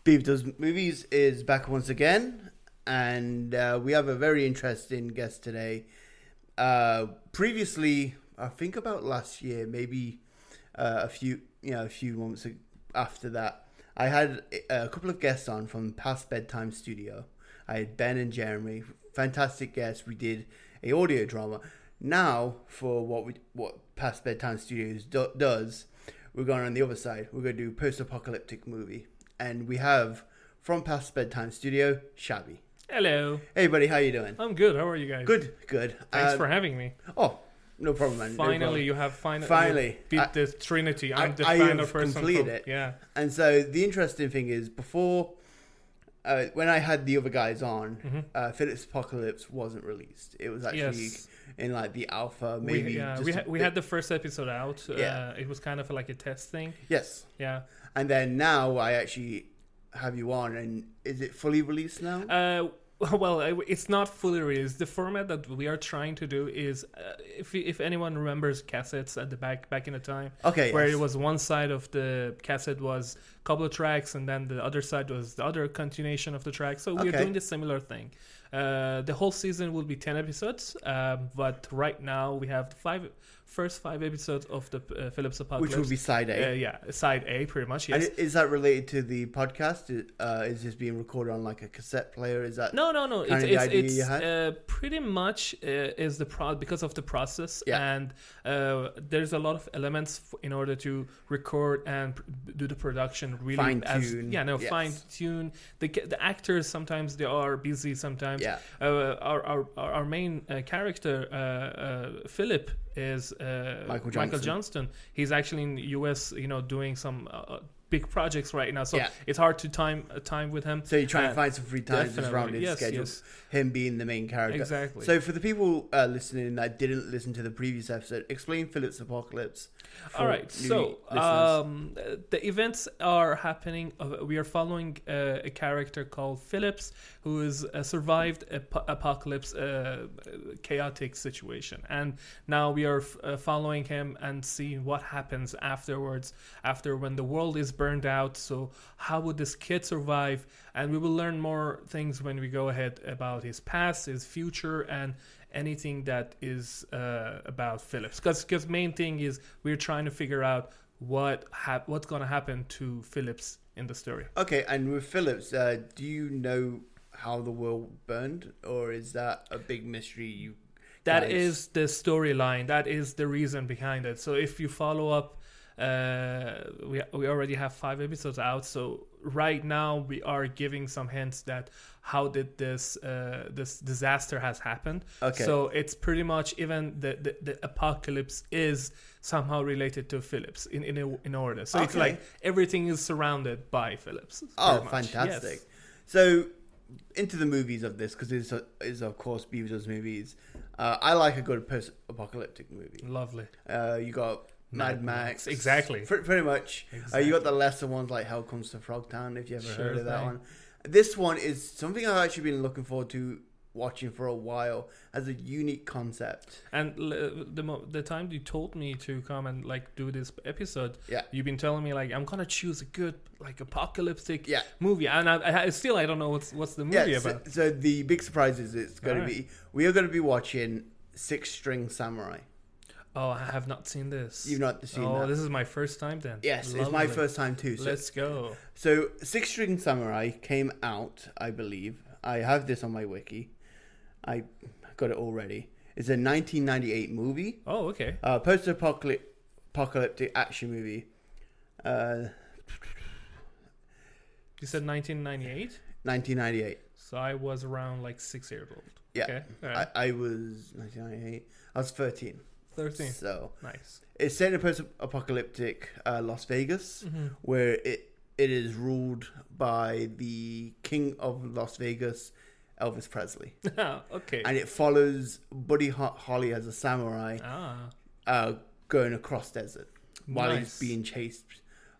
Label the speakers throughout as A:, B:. A: Steve Does Movies is back once again, and uh, we have a very interesting guest today. Uh, previously, I think about last year, maybe uh, a few, you know, a few months ag- after that, I had uh, a a couple of guests on from Past Bedtime Studio. I had Ben and Jeremy, fantastic guests. We did a audio drama. Now, for what we what Past Bedtime Studios do, does, we're going on the other side. We're going to do post apocalyptic movie, and we have from Past Bedtime Studio, Shabby.
B: Hello.
A: Hey, buddy, how you doing?
B: I'm good. How are you guys?
A: Good, good.
B: Thanks
A: Um,
B: for having me.
A: Oh, no problem, man. no problem.
B: Finally, you have finally
A: Finally.
B: beat
A: I-
B: the Trinity. I'm
A: I-
B: the
A: I
B: final
A: have
B: person.
A: completed
B: from-
A: it.
B: Yeah.
A: And so the interesting thing is, before uh, when I had the other guys on,
B: Mm-hmm.
A: uh, Phillips Apocalypse wasn't released. It was actually
B: Yes.
A: in like the alpha,
B: We,
A: maybe.
B: yeah,
A: just
B: we,
A: a
B: ha- we
A: bit-
B: had the first episode out.
A: Yeah.
B: Uh, it was kind of like a test thing.
A: yes,
B: Yeah.
A: and then now I actually have you on, and is it fully released now?
B: Uh, well, I- it's not fully released. The format that we are trying to do is, uh, if if anyone remembers cassettes at the back back in the time,
A: okay,
B: where
A: yes.
B: it was one side of the cassette was couple of tracks and then the other side was the other continuation of the track so we're
A: Okay.
B: doing the similar thing uh, the whole season will be 10 episodes um, but right now we have the five first five episodes of the uh, phillips apocalypse
A: which will be side
B: uh,
A: A.
B: yeah side a pretty much yes
A: And i- is that related to the podcast? Uh, is this being recorded on like a cassette player? Is that
B: No, no, no.
A: kind
B: It's
A: of
B: it's,
A: idea you
B: it's
A: had?
B: uh, pretty much uh, is the pro because of the process,
A: Yeah.
B: and uh, there's a lot of elements f- in order to record and pr- do the production really as
A: Fine-tune,
B: yeah, no,
A: yes.
B: fine tune. The ca- the actors sometimes they are busy sometimes.
A: Yeah.
B: Uh, our, our our our main uh, character uh, uh, Philip is uh,
A: Michael
B: Michael
A: Johnston.
B: Johnston. He's actually in the U.S. You know doing some. Uh, Big projects right now, so
A: Yeah.
B: it's hard to time uh, time with him.
A: So you try
B: Uh,
A: and find some free time just
B: definitely.
A: round his
B: Yes,
A: schedule.
B: yes.
A: Him being the main character.
B: Exactly.
A: So for the people uh, listening that didn't listen to the previous episode, explain Philip's Apocalypse. for
B: All right,
A: new
B: so
A: listeners.
B: um, the events are happening. Uh, we are following uh, a character called Phillips, who has uh, survived a po- apocalypse, uh, chaotic situation, and now we are f- uh, following him and seeing what happens afterwards. After when the world is burned out, so how would this kid survive? And we will learn more things when we go ahead about his past, his future, and anything that is uh, about Phillips. Because main thing is we're trying to figure out what hap- what's going to happen to Phillips in the story.
A: okay, and with Phillips, uh, do you know how the world burned, or is that a big mystery? You
B: That
A: guys-
B: is the storyline. That is the reason behind it. So if you follow up, uh, we we already have five episodes out. So right now we are giving some hints that how did this uh, this disaster has happened.
A: Okay.
B: So it's pretty much even the, the, the apocalypse is somehow related to Phillips in in, a, in order. So it's
A: Okay.
B: like everything is surrounded by Phillips.
A: oh
B: pretty much. Yes.
A: fantastic. So into the movies of this because it's is of course Beavis' movies. Uh, I like a good post-apocalyptic movie.
B: Lovely.
A: Uh, you got Mad
B: Mad
A: Max,
B: Max, exactly.
A: Pre- pretty much. Uh,
B: Exactly.
A: you got the lesser ones like Hell Comes to Frogtown, if you ever
B: Sure
A: heard of that
B: thing.
A: one. This one is something I've actually been looking forward to watching for a while as a unique concept.
B: And l- the mo- the time you told me to come and like do this episode,
A: Yeah.
B: you've been telling me like I'm gonna choose a good like apocalyptic
A: Yeah.
B: movie, and I, I still I don't know what's what's the movie
A: yeah. So,
B: about.
A: so the big surprise is it's going to
B: Alright.
A: be we are going to be watching Six String Samurai.
B: Oh, I have not seen this.
A: You've not seen
B: Oh,
A: that.
B: this is my first time then.
A: Yes, it's my
B: Lovely.
A: first time too. So,
B: Let's go.
A: so Six String Samurai came out, I believe. I have this on my wiki. I got it already. It's a 1998 movie.
B: Oh, okay.
A: uh, post-apocalyptic action movie. Uh,
B: You said 1998,
A: 1998.
B: so I was around like six years old.
A: Yeah.
B: Okay. All right.
A: I, I was 1998. I was 13.
B: 13.
A: So
B: Nice.
A: it's set in a post-apocalyptic uh, Las Vegas,
B: Mm-hmm.
A: where it it is ruled by the king of Las Vegas, Elvis Presley,
B: okay.
A: and it follows Buddy Ho- Holly as a samurai
B: ah.
A: uh, going across desert while
B: Nice.
A: he's being chased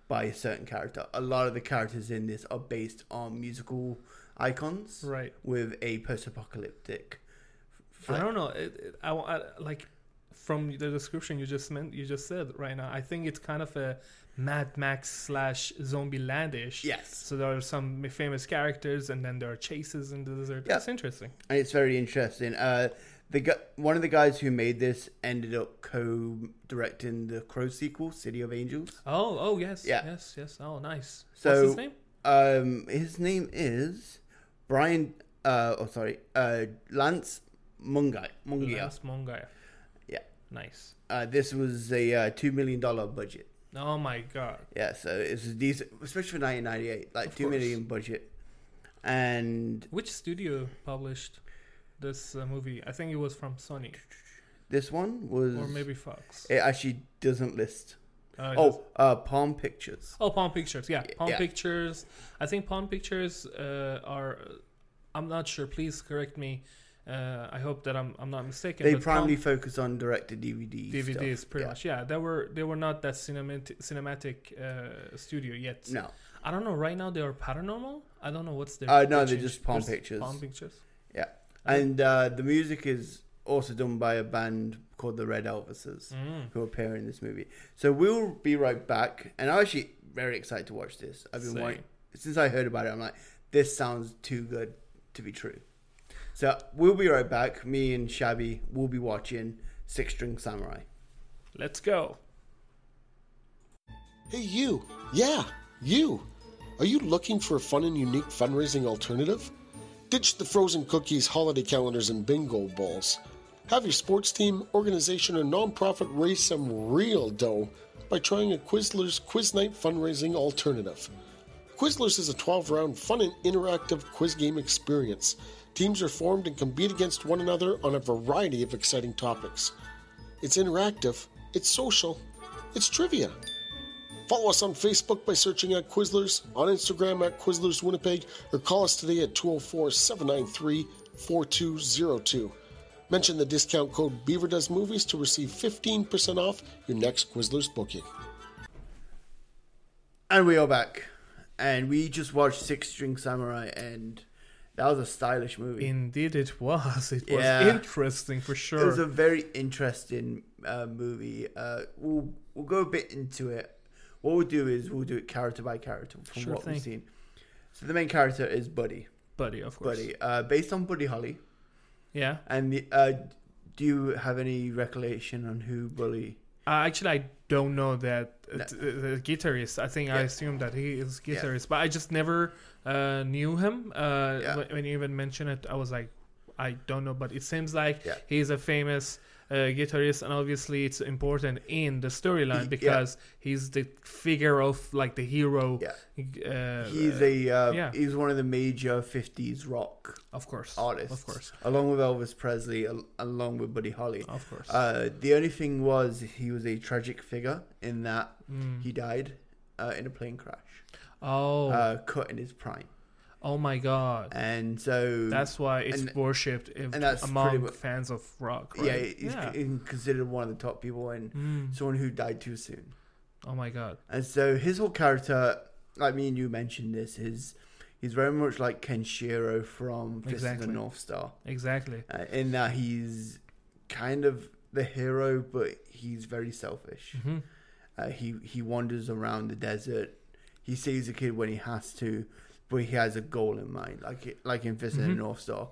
A: by a certain character. A lot of the characters in this are based on musical icons
B: Right.
A: with a post-apocalyptic.
B: I
A: flair.
B: don't know. It, it, I, wa- I- like from the description you just meant you just said right now, I think it's kind of a Mad Max slash zombie landish.
A: Yes.
B: So there are some famous characters, and then there are chases in the desert.
A: Yeah.
B: That's interesting.
A: and it's very interesting. Uh, the gu- one of the guys who made this ended up co-directing the Crow sequel, City of Angels.
B: Oh, oh yes,
A: Yeah.
B: yes, yes. Oh, nice.
A: So-
B: What's his name?
A: Um, his name is Brian. Uh, oh, sorry, uh, Lance Mungai. Mungia.
B: Lance Mongaya.
A: Yeah.
B: Nice.
A: Uh, this was a uh, two million dollar budget.
B: Oh my god.
A: Yeah, so it's a decent, especially for 1998, like
B: Of
A: two
B: course.
A: million budget. And
B: Which studio published this uh, movie? I think it was from Sony
A: this one was,
B: or maybe Fox.
A: it actually doesn't list.
B: Uh, it was-
A: Oh, uh, Palm Pictures.
B: Oh, Palm Pictures. Yeah, Palm
A: yeah.
B: Pictures. I think Palm Pictures uh, are. I'm not sure. Please correct me. Uh, I hope that I'm I'm not mistaken.
A: They
B: but Palm
A: primarily focus on director DVD.
B: DVDs,
A: stuff.
B: pretty
A: Yeah.
B: much. Yeah, they were they were not that cinematic cinematic uh, studio yet.
A: No,
B: I don't know. Right now they are paranormal. I don't know what's their.
A: Uh, no,
B: their
A: they're
B: change.
A: just Palm
B: There's
A: Pictures.
B: Palm Pictures.
A: and uh, the music is also done by a band called the Red Elvises,
B: Mm.
A: who appear in this movie. So we'll be right back, and I'm actually very excited to watch this. I've been
B: Same.
A: waiting since I heard about it. I'm like, this sounds too good to be true. So we'll be right back. Me and Shabby will be watching Six String Samurai.
B: Let's go.
C: Hey, you. Yeah, you. Are you looking for a fun and unique fundraising alternative? Ditch the frozen cookies, holiday calendars, and bingo balls. Have your sports team, organization, or nonprofit raise some real dough by trying a Quizlers Quiz Night fundraising alternative. Quizlers is a 12 round fun and interactive quiz game experience. Teams are formed and compete against one another on a variety of exciting topics. It's interactive, it's social, it's trivia. Follow us on Facebook by searching at Quizzlers, on Instagram at Quizzlers Winnipeg, or call us today at 204 793 4202. Mention the discount code Beaver Does Movies to receive 15% off your next Quizzlers booking.
A: And we are back, and we just watched Six String Samurai, and that was a stylish movie.
B: Indeed, it was. It was
A: Mm. Yeah.
B: interesting for
A: It was
B: sure.
A: a very interesting uh, movie. Uh, we'll we'll go a bit into it. What we'll do is we'll do it character by character from
B: Sure
A: what
B: thing.
A: we've seen. So the main character is Buddy.
B: Buddy, of course.
A: Buddy, uh, based on Buddy Holly.
B: Yeah.
A: And the, uh, do you have any recollection on who Buddy?
B: Uh, actually, I don't know that uh,
A: No.
B: t- uh, the guitarist. I think I
A: Yeah.
B: assume that he is guitarist, but I just never uh, knew him. Uh,
A: Yeah.
B: wh- When you even mentioned it, I was like, I don't know. But it seems like
A: Yeah.
B: he's a famous uh, guitarist, and obviously it's important in the storyline
A: He-
B: because he's the figure of like the hero.
A: Yeah.
B: Uh,
A: He's a uh,
B: yeah.
A: he's one of the major '50s rock
B: of course
A: artists,
B: Of course,
A: along with Elvis Presley, al- along with Buddy Holly.
B: of course.
A: Uh, the only thing was he was a tragic figure in that
B: Mm.
A: he died uh, in a plane crash.
B: oh,
A: uh, cut in his prime,
B: oh my God.
A: and so
B: That's why it's
A: and-
B: worshipped if,
A: and that's
B: among
A: pretty mu-
B: fans of rock.
A: yeah,
B: Right?
A: he's con- considered one of the top people and
B: Hmm.
A: someone who died too soon.
B: Oh my god.
A: And so his whole character, like me and you mentioned this, is he's very much like Kenshiro from Fist
B: Exactly.
A: of the North Star,
B: Exactly.
A: uh, in that he's kind of the hero, but he's very selfish.
B: Mhm.
A: Uh, he he wanders around the desert. He saves a kid when he has to, but he has a goal in mind. Like like in Fist of
B: Mm-hmm.
A: the North Star,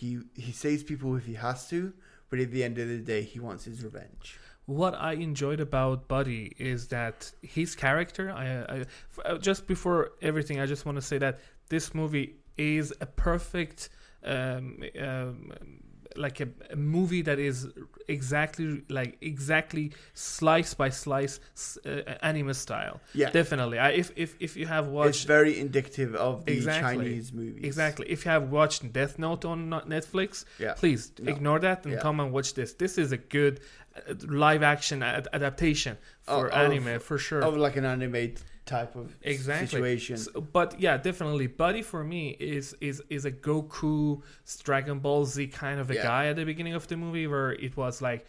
A: he he saves people if he has to, but at the end of the day, he wants his revenge.
B: What I enjoyed about Buddy is that his character. I, I f- uh, just before everything, I just want to say that this movie is a perfect, um, um, like a, a movie that is exactly like exactly slice by slice s- uh, anime style.
A: Yeah.
B: definitely. I, if if if you have
A: It's
B: watched
A: very indicative of the
B: Exactly.
A: Chinese movies.
B: Exactly. If you have watched Death Note on not- Netflix,
A: Yeah.
B: please
A: No.
B: ignore that and
A: Yeah.
B: come and watch this. This is a good uh, live action ad- adaptation for
A: Of- of-
B: anime for sure.
A: Oh, Of like an anime type of
B: exactly.
A: situation.
B: So- but yeah, definitely. Buddy for me is is is a Goku Dragon Ball Z kind of a
A: Yeah.
B: guy at the beginning of the movie where it was like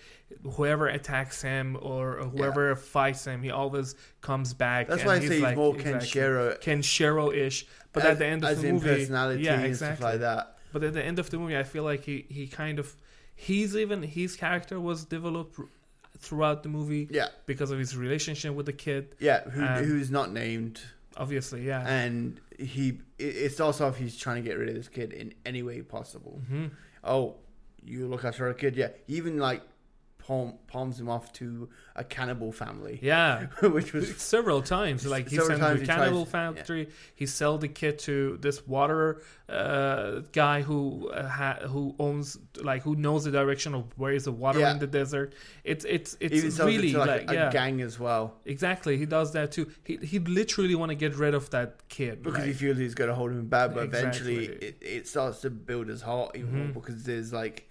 B: whoever attacks him or whoever fights him, he always comes back.
A: That's
B: and
A: why I say he's
B: like-
A: more
B: exactly.
A: Kenshiro.
B: Kenshiro-ish, but at
A: as-
B: the end of
A: as
B: the
A: in
B: movie,
A: personality
B: yeah,
A: and
B: exactly.
A: stuff like that.
B: But at the end of the movie, I feel like he, he kind of He's even his character was developed throughout the movie
A: Yeah.
B: because of his relationship with the kid.
A: Yeah, who,
B: Um,
A: who's not named,
B: Obviously, yeah.
A: and he it- it starts off he's trying to get rid of this kid in any way possible.
B: Mm-hmm.
A: Oh, you look after a kid, yeah. He even like palm, palms him off to a cannibal family,
B: yeah.
A: which was
B: several times. Like he
A: Several
B: sent
A: times
B: the
A: he
B: cannibal
A: tries- yeah.
B: factory. He sell the kid to this water uh, guy who uh, ha- who owns like who knows the direction of where is the water
A: Yeah.
B: in the desert. It's it's
A: he even
B: it's
A: sells it
B: really
A: to
B: like,
A: like, a, a
B: yeah.
A: gang as well
B: Exactly, he does that too. He he literally want to get rid of that kid
A: because
B: like-
A: he feels he's going to hold him back, but eventually
B: Exactly. Mm-hmm.
A: it, it starts to build his heart even more because there's like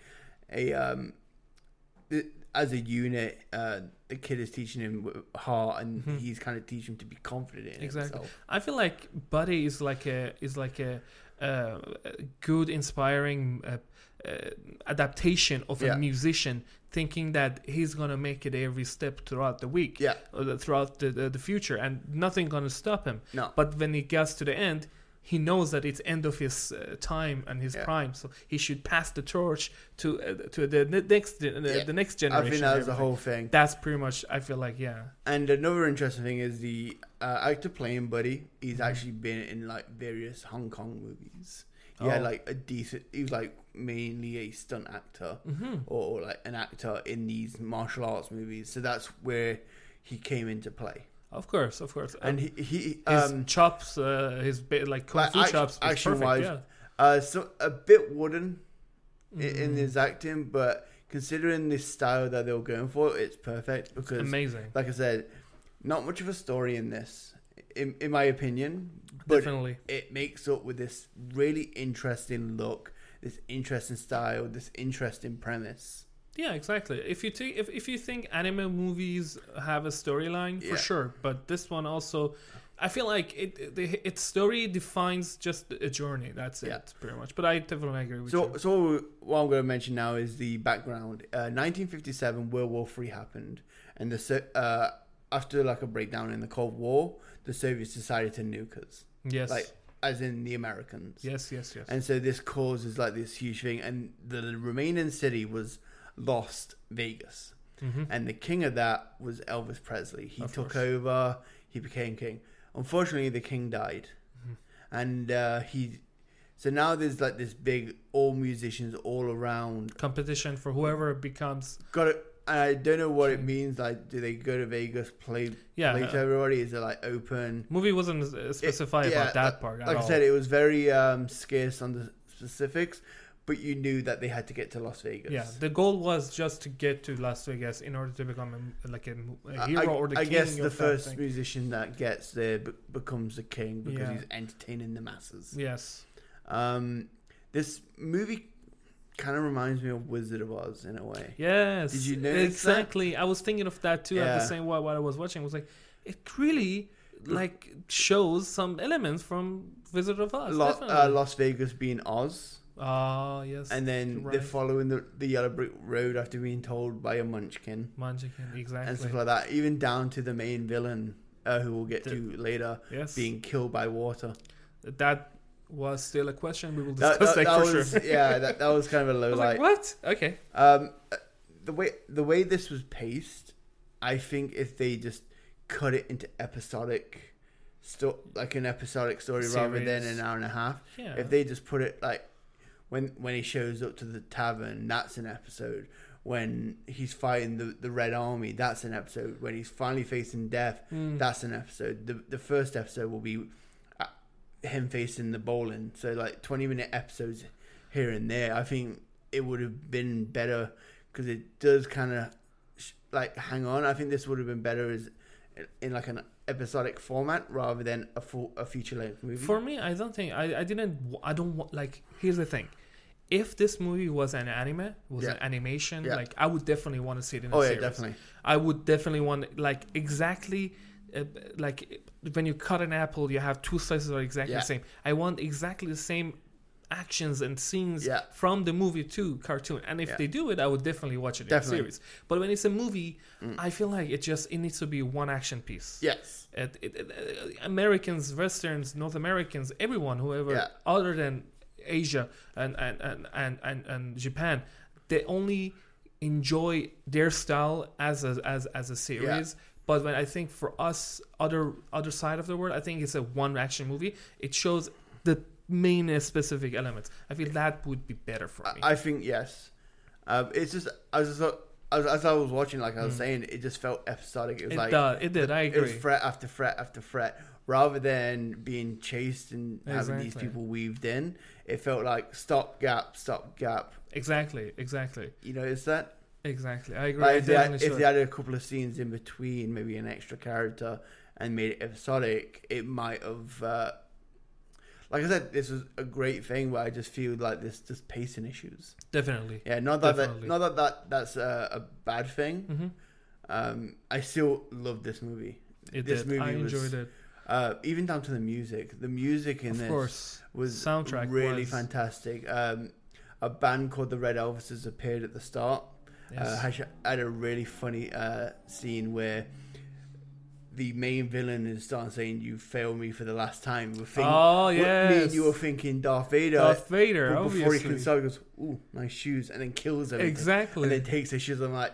A: a um it- as a unit uh the kid is teaching him w- heart and he's kind of teaching him to be confident in
B: Mm-hmm. exactly.
A: himself.
B: I feel like Buddy is like a is like a, uh, a good, inspiring uh, uh, adaptation of
A: Yeah.
B: a musician thinking that he's gonna make it every step throughout the week,
A: Yeah.
B: or the- throughout the, the the future, and nothing gonna stop him.
A: No.
B: But when he gets to the end. He knows that it's end of his uh, time and his
A: Yeah.
B: prime, so he should pass the torch to uh, to the ne- next the,
A: Yeah.
B: the next
A: I
B: generation.
A: think
B: and
A: that was the
B: everything.
A: whole thing.
B: That's pretty much. I feel like yeah.
A: And another interesting thing is the uh, actor playing Buddy. He's actually been in like various Hong Kong movies. He had
B: Oh.
A: like a decent. He was like mainly a stunt actor or, or like an actor in these martial arts movies. So that's where he came into play.
B: Of course, of course.
A: And he, he
B: his
A: um,
B: chops, uh, his bit like kung
A: like,
B: fu
A: act-
B: chops, was
A: action
B: perfect.
A: wise,
B: yeah.
A: uh, so a bit wooden i in his acting, but considering this style that they were going for, it's perfect because
B: amazing.
A: like I said, not much of a story in this, in, in my opinion. But
B: Definitely.
A: it makes up with this really interesting look, this interesting style, this interesting premise.
B: Yeah, exactly. If you think if, if you think anime movies have a storyline,
A: Yeah.
B: for sure. But this one also, I feel like it, it the- its story defines just a journey. That's
A: Yeah.
B: it, pretty much. But I definitely agree with
A: So,
B: you.
A: so what I'm going to mention now is the background. Uh, 1957, World War Three happened, and the So- uh, after like a breakdown in the Cold War, the Soviets decided to nuke us,
B: Yes,
A: like as in the Americans.
B: yes, yes, yes.
A: And so this causes like this huge thing, and the remaining city was Lost Vegas, and the king of that was Elvis Presley. He took
B: Mm-hmm. course.
A: over. He became king. Unfortunately, the king died,
B: Mm-hmm.
A: and uh, he. So now there's like this big all musicians all around.
B: Competition for whoever becomes
A: Got it. I don't know what it means. Like, do they go to Vegas play?
B: Yeah,
A: play
B: uh,
A: to everybody. Is it like open?
B: movie wasn't uh, specified
A: yeah,
B: about that
A: like-
B: part. At
A: Like I
B: all.
A: said, it was very um, scarce on the specifics, but you knew that they had to get to Las Vegas.
B: Yeah, the goal was just to get to Las Vegas in order to become a, like a, mo- a
A: I-
B: hero
A: I,
B: or the
A: I
B: king
A: guess
B: of
A: the
B: that
A: first
B: thing.
A: musician that gets there be- becomes the king because
B: Yeah.
A: he's entertaining the masses.
B: Yes.
A: Um, this movie kind of reminds me of Wizard of Oz in a way.
B: Yes.
A: Did you notice that?
B: exactly? I was thinking of that too at
A: Yeah.
B: the same while, while I was watching. I was like, it really like shows some elements from Wizard of Oz.
A: Lo- uh,
B: definitely.
A: Las Vegas being Oz,
B: Ah, yes.
A: and then
B: you're
A: they're
B: right.
A: following the, the yellow brick road after being told by a munchkin
B: Munchkin,
A: and
B: exactly.
A: stuff like that. Even down to the main villain, uh, who we'll get
B: The-
A: to later,
B: yes.
A: being killed by water.
B: that was still a question we will
A: That,
B: discuss
A: that,
B: like
A: that
B: for
A: was
B: sure.
A: yeah, that, that was kind of a
B: I
A: low
B: was
A: light.
B: like, what? Okay.
A: Um, uh, the way the way this was paced, I think if they just cut it into episodic, sto- like an episodic story rather than
B: Series.
A: an hour and a half.
B: Yeah.
A: If they just put it like when when he shows up to the tavern, that's an episode. When he's fighting the, the Red Army, that's an episode. When he's finally facing death,
B: Mm.
A: that's an episode. The the first episode will be uh, him facing the bowling. So like twenty minute episodes here and there. I think it would have been better because it does kind of sh- like hang on. I think this would have been better as in like an episodic format rather than a full a feature length movie.
B: For me, I don't think I, I didn't w- I don't want like here's the thing. If this movie was an anime, was
A: Yeah.
B: an animation,
A: Yeah.
B: like I would definitely want to see it in a
A: Oh, yeah,
B: series.
A: definitely.
B: I would definitely want like exactly uh, like when you cut an apple, you have two slices that are exactly
A: Yeah.
B: the same. I want exactly the same actions and scenes
A: Yeah.
B: from the movie to cartoon. And if
A: Yeah.
B: they do it, I would definitely watch it
A: Definitely. Mm.
B: in a series. But when it's a movie, I feel like it just it needs to be one action piece.
A: yes.
B: It, it, it, uh, Americans, Westerns, North Americans, everyone, whoever,
A: Yeah.
B: other than Asia and and, and, and, and, and Japan, they only enjoy their style as a, as as a series. But when I think for us, other other side of the world, I think it's a one action movie. It shows the main uh, specific elements. I feel that would be better for me.
A: I think yes. Um, it's just as I, as, as I was watching, like I was saying, it just felt episodic. It was
B: Mm. it
A: like
B: does. It did. I
A: it was
B: agree.
A: fret after fret after fret, rather than being chased and having these
B: Exactly.
A: people weaved in. It felt like stop gap, stop gap.
B: exactly. Exactly.
A: You know, is that
B: Exactly. I agree.
A: like
B: I
A: if they,
B: did
A: had,
B: understand.
A: if they added a couple of scenes in between, maybe an extra character, and made it episodic, it might have. Uh, like I said, this was a great thing where I just feel like there's just pacing issues.
B: Definitely.
A: Yeah, not that, that
B: Definitely.
A: not that, that that's a, a bad thing.
B: Mhm.
A: Um, I still love this movie.
B: It
A: this
B: did. I enjoyed it.
A: Uh, even down to the music. The music in
B: Of
A: this
B: course.
A: was
B: Soundtrack
A: really
B: was-
A: fantastic. Um, a band called the Red Elvises appeared at the start. Uh,
B: Yes.
A: had, had a really funny uh, scene where the main villain is starting saying, "You failed me for the last time." We're thinking,
B: Oh,
A: me and
B: yes.
A: you were thinking Darth Vader.
B: Darth Vader.
A: but uh, before he
B: obviously.
A: can start, he goes, "Ooh, nice shoes," and then kills him.
B: Exactly.
A: And then takes his shoes. I'm like,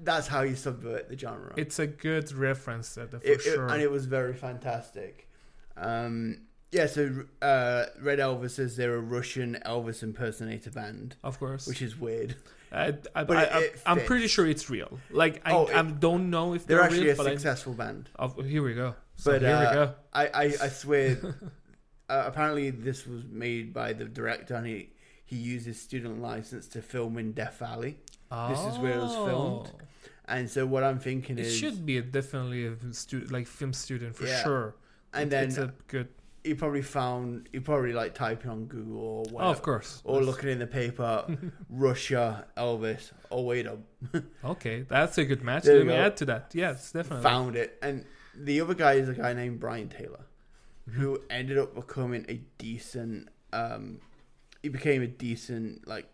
A: that's how you subvert the genre.
B: it's a good reference that for
A: It- it-
B: sure.
A: and it was very fantastic. Um, yeah, so uh, Red Elvis is they're a Russian Elvis impersonator band,
B: of course.
A: which is weird.
B: I, I,
A: But
B: I,
A: it- it
B: I, am
A: fits.
B: pretty sure it's real. Like I,
A: Oh, it-
B: I don't know if
A: They're
B: they're,
A: actually
B: real,
A: a
B: but I,
A: successful band,
B: oh, here we go. So
A: but
B: here
A: uh,
B: we go.
A: I, I I swear, uh, apparently this was made by the director, and he he used his student license to film in Death Valley, this is where it was filmed,
B: Oh.
A: and so what I'm thinking
B: It
A: is,
B: should be a, definitely a student, like film student for
A: Yeah.
B: sure.
A: and
B: It-
A: then
B: it's a good.
A: he probably found he probably like typing on Google or
B: Oh,
A: whatever.
B: of course.
A: or looking in the paper, Russia, Elvis. Oh wait, I
B: Okay, that's a good match.
A: There
B: Let
A: you
B: me
A: go.
B: add to that. Yes, definitely.
A: found it. And the other guy is a guy named Brian Taylor, who ended up becoming a decent. Um, he became a decent like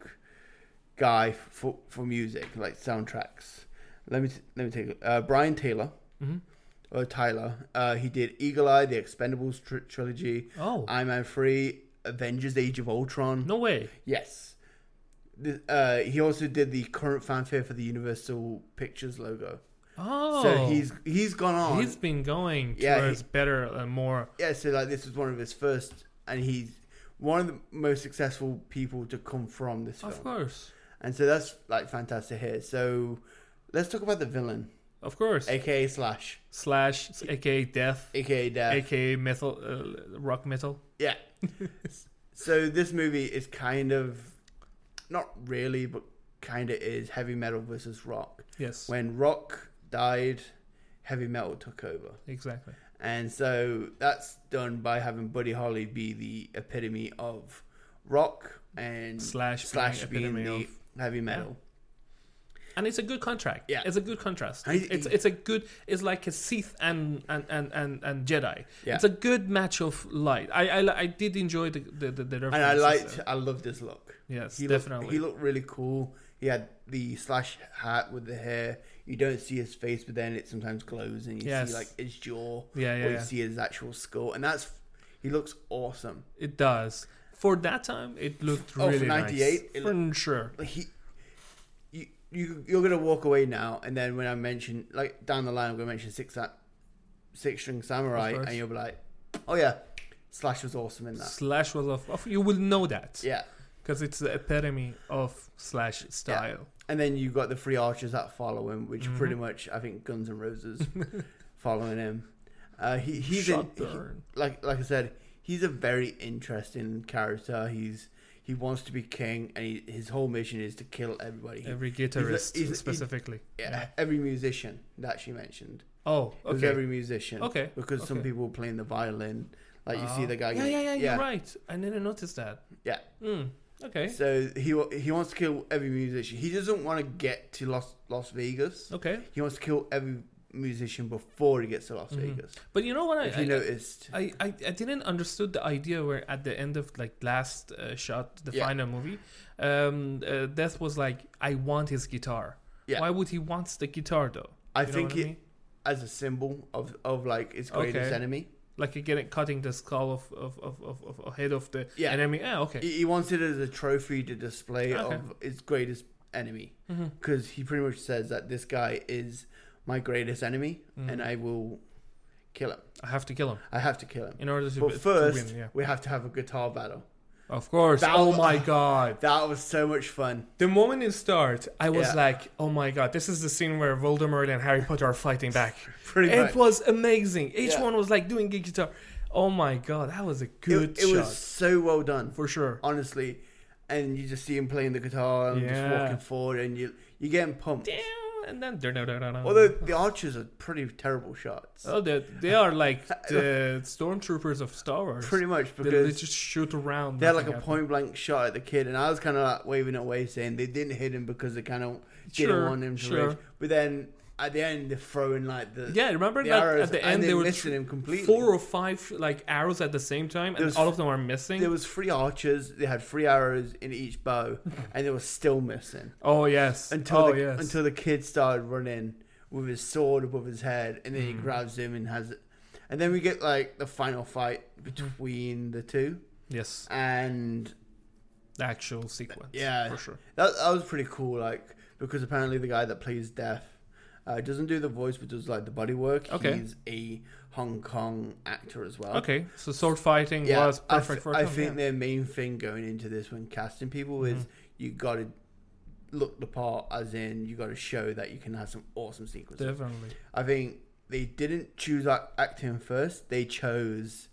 A: guy for for music, like soundtracks. Let me let me take uh, Brian Taylor.
B: Mhm.
A: Or Tyler, uh, he did Eagle Eye, The Expendables tr- trilogy,
B: Oh,
A: Iron Man Three, Avengers: Age of Ultron.
B: no way.
A: Yes. The, uh, he also did the current fanfare for the Universal Pictures logo.
B: Oh,
A: So he's he's gone on.
B: he's been going
A: Yeah,
B: towards better and more.
A: yeah, so like this was one of his first, and he's one of the most successful people to come from this film.
B: Of course,
A: And so that's like fantastic here. So let's talk about the villain,
B: of course.
A: aka Slash,
B: Slash, aka death,
A: aka Death.
B: aka metal, uh, rock metal.
A: yeah. so this movie is kind of not really, but kind of is heavy metal versus rock.
B: Yes,
A: when rock died heavy metal took over
B: exactly.
A: and so that's done by having buddy holly be the epitome of rock and
B: Slash
A: slash
B: being
A: being,
B: epitome
A: the heavy metal
B: and it's a good contract.
A: Yeah.
B: it's a good contrast.
A: And he-
B: it's it's a good. It's like a Sith and and and and, and Jedi.
A: Yeah.
B: It's a good match of light. I I, li- I did enjoy the the the, the
A: and i
B: references
A: liked
B: there.
A: i loved this look
B: Yes,
A: he
B: definitely.
A: looked, he looked really cool he had the slash hat with the hair you don't see his face but then it sometimes glows and you
B: Yes.
A: see like his jaw
B: Yeah, yeah,
A: or you
B: yeah.
A: see his actual skull and that's he looks awesome
B: It does. For that time, it looked
A: Oh, for
B: really nice.
A: 98, it
B: for sure.
A: like he you, you you're gonna walk away now and then when i mention like down the line i'm gonna mention six Sa- six string samurai
B: Of course.
A: and you'll be like oh yeah slash was awesome in that
B: Slash was of, of you will know that
A: yeah
B: because it's the epitome of Slash style.
A: and then you got the three archers that follow him which
B: Mm-hmm.
A: pretty much i think guns and roses following him uh he he's in, he-
B: Shotgun.
A: like like i said he's a very interesting character he's he wants to be king and he, his whole mission is to kill everybody
B: Every guitarist
A: he's- he-
B: specifically.
A: yeah, every musician that she mentioned
B: Oh,
A: It was
B: okay.
A: every musician.
B: Okay,
A: Because some
B: okay.
A: people were playing the violin. Like you see
B: Oh.
A: the guy.
B: Yeah,
A: going-
B: yeah, yeah. You're right. I didn't notice that.
A: Yeah.
B: Mm, okay.
A: So he wa- he wants to kill every musician. He doesn't want to get to Las Las Vegas.
B: Okay.
A: He wants to kill every musician before he gets to Las Vegas.
B: But you know what? Mm-hmm.
A: If
B: I,
A: you
B: I-
A: noticed,
B: I, I, I didn't understood the idea where at the end of like last uh, shot the
A: Yeah.
B: final movie um uh, death was like i want his guitar
A: Yeah.
B: why would he want the guitar though
A: I
B: You know
A: think
B: what I
A: it
B: mean?
A: as a symbol of of like his greatest
B: Okay.
A: enemy.
B: like you're getting cutting the skull of of of of, of, of head of the
A: Yeah.
B: enemy yeah okay
A: He, he wants it as a trophy to display
B: Okay. Mm-hmm.
A: of his greatest enemy because he pretty much says that this guy is my greatest enemy
B: Mm-hmm.
A: and I will kill him.
B: I have to kill him
A: I have to kill him.
B: in order to,
A: But
B: to
A: first,
B: win. Yeah,
A: we have to have a guitar battle.
B: of course.
A: That-
B: Oh my god.
A: That was so much fun.
B: The moment it starts, I was
A: Yeah.
B: like, "Oh my god, this is the scene where Voldemort and Harry Potter are fighting back."
A: Pretty
B: it
A: much.
B: was amazing. Each
A: Yeah.
B: one was like doing a guitar. Oh my god, that was a good
A: It, it
B: shot
A: was so well done,
B: for sure.
A: honestly. And you just see him playing the guitar and just
B: Yeah.
A: walking forward, and you you're getting pumped.
B: Damn, and then they're no, no, no, no.
A: Although the archers are pretty terrible shots,
B: oh, they, they are like the stormtroopers of Star Wars.
A: pretty much
B: they, they
A: because
B: just shoot around.
A: They had like
B: nothing
A: a
B: happens.
A: point blank shot at the kid, and I was kind of like waving it away, saying they didn't hit him because they kind of didn't
B: Sure,
A: want him to
B: sure.
A: reach. But then at the end, they're throwing like the
B: Yeah, remember
A: the
B: that
A: arrows,
B: at the
A: and
B: end
A: they,
B: they were
A: missing
B: tr-
A: him completely.
B: four or five like arrows at the same time, and
A: was-
B: all of them are missing.
A: There was three archers. They had three arrows in each bow, and they were still missing
B: oh yes,
A: until
B: oh
A: the,
B: yes,
A: until the kid started running with his sword above his head, and then he
B: Mm.
A: grabs him and has it. And then we get like the final fight between the two,
B: yes,
A: and
B: the actual sequence.
A: Yeah,
B: for sure.
A: That, that was pretty cool, like because apparently the guy that plays Death uh, doesn't do the voice, but does like the body work.
B: Okay.
A: he's a Hong Kong actor as well.
B: Okay, so sword fighting
A: Uh, yeah,
B: was
A: I
B: perfect
A: th-
B: for. a
A: I
B: film,
A: think
B: yeah. Mm-hmm.
A: their main thing going into this when casting people is you got to look the part, as in you got to show that you can have some awesome sequences.
B: definitely.
A: I think they didn't choose ac- acting first. They chose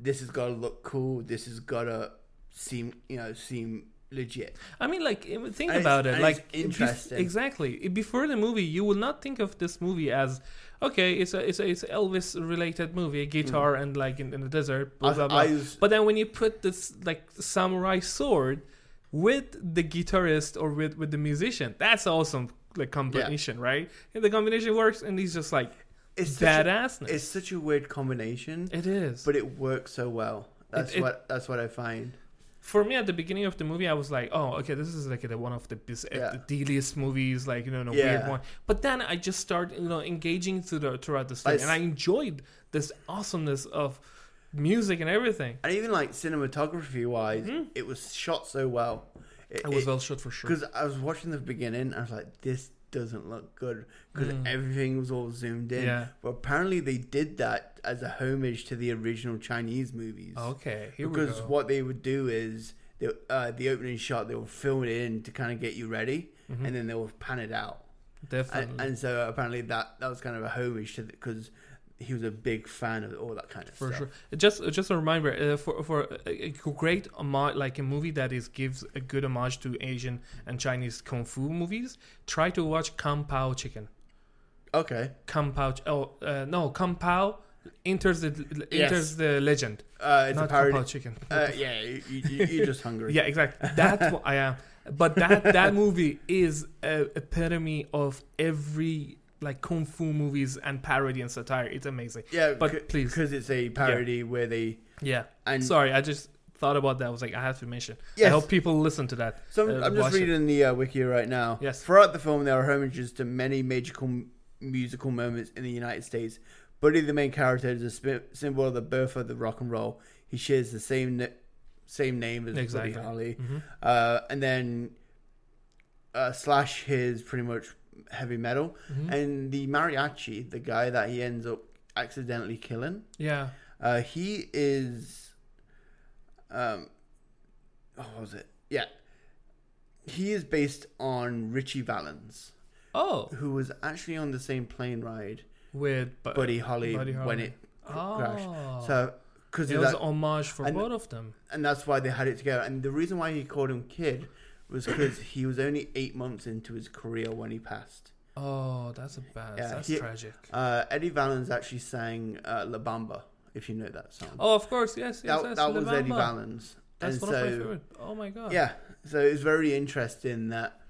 A: this has got to look cool. This has got to seem, you know, seem legit.
B: I mean, like im- think
A: And it's-
B: about it.
A: and
B: Like
A: it's interesting.
B: bef- exactly. I- Before the movie, you will not think of this movie as okay. It's a it's a it's Elvis related movie, a
A: Mm.
B: guitar and like in, in the desert. Blah,
A: I-
B: blah, blah.
A: I was-
B: but then when you put this like samurai sword with the guitarist or with with the musician, that's awesome. Like combination, right? And the combination works, and he's just like
A: It's such a-
B: badassness.
A: It's such a weird combination,
B: it is.
A: but it works so well. That's
B: it-
A: what that's what I find.
B: for me at the beginning of the movie i was like oh okay this is like the one of the bis-
A: Yeah.
B: the D-list movies like you know no weird
A: Yeah.
B: one but then i just start you know engaging to the throughout the
A: I
B: story
A: s-
B: and i enjoyed this awesomeness of music and everything
A: And even like cinematography wise, it was shot so well.
B: Mm-hmm. it was well shot for sure
A: because I was watching the beginning. I was like, this doesn't look good because everything was all zoomed in.
B: Hmm. Yeah.
A: But apparently they did that as a homage to the original Chinese movies.
B: okay Oh, here we
A: because
B: go
A: what they would do is they, uh, the opening shot they would film it in to kind of get you ready,
B: Mm-hmm.
A: and then they would pan it out.
B: definitely
A: and, and so apparently that that was kind of a homage to because he was a big fan of all that kind of
B: for
A: stuff.
B: sure. Just just a reminder uh, for for a, a great homage, like a movie that is gives a good homage to Asian and Chinese kung fu movies. Try to watch Kung Pao Chicken.
A: Okay,
B: Kampao. Oh uh, no, Kampao enters the
A: Yes.
B: enters the legend.
A: uh, it's
B: not
A: a parody.
B: Kampao chicken.
A: Uh, yeah, you, you, you're just hungry.
B: yeah, exactly. That's what I am. But that that movie is a epitome of every like kung fu movies and parody and satire. It's amazing.
A: yeah,
B: but please.
A: because it's a parody where they
B: Yeah.
A: and
B: Sorry, I just thought about that. I was like, I have to mention. I
A: Yes.
B: hope people listen to that.
A: So
B: uh,
A: I'm just
B: watch it.
A: reading the uh, wiki right now.
B: Yes.
A: Throughout the film, there are homages to many magical m- musical moments in the United States. Buddy, the main character, is a sp- symbol of the birth of the rock and roll. He shares the same n same name as
B: Exactly. Mm-hmm.
A: Buddy Holly, uh, and then uh, Slash his pretty much heavy metal,
B: Mm-hmm.
A: and the mariachi, the guy that he ends up accidentally killing,
B: Yeah.
A: uh, he is, um, oh, what was it? Yeah, he is based on Richie Valens,
B: Oh,
A: who was actually on the same plane ride
B: with Bu-
A: Buddy Holly
B: Buddy
A: when
B: Holly.
A: it cr-
B: Oh.
A: crashed. So because
B: It was
A: that,
B: homage for
A: and-
B: both of them.
A: and that's why they had it together. And the reason why he called him Kid was because he was only eight months into his career when he passed.
B: Oh, that's a bad.
A: Yeah,
B: that's
A: he-
B: tragic.
A: Uh, Eddie Valens actually sang uh, La Bamba, if you know that song.
B: Oh, of course, yes, yes,
A: that
B: yes.
A: that was
B: Levamba.
A: Eddie Valens.
B: That's
A: and
B: one
A: so,
B: of my favorite. Oh my god.
A: Yeah, so it's very interesting that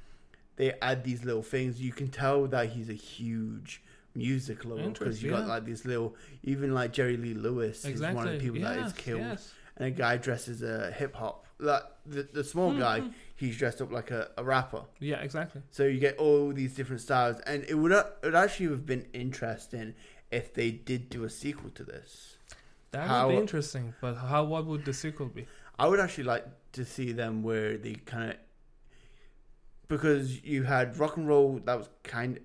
A: they add these little things. You can tell that he's a huge music lover because
B: Interest,
A: you
B: yeah.
A: got like this little, even like Jerry Lee Lewis is one of
B: Exactly,
A: the people that is
B: yes,
A: killed,
B: yes.
A: and a guy dresses a hip hop. Like the, the small
B: Hmm,
A: guy, he's dressed up like a, a rapper.
B: Yeah, exactly.
A: So you get all these different styles, and it would it would actually have been interesting if they did do a sequel to this.
B: That
A: How-
B: would be interesting. But how? What would the sequel be?
A: I would actually like to see them where they kind of because you had rock and roll that was kind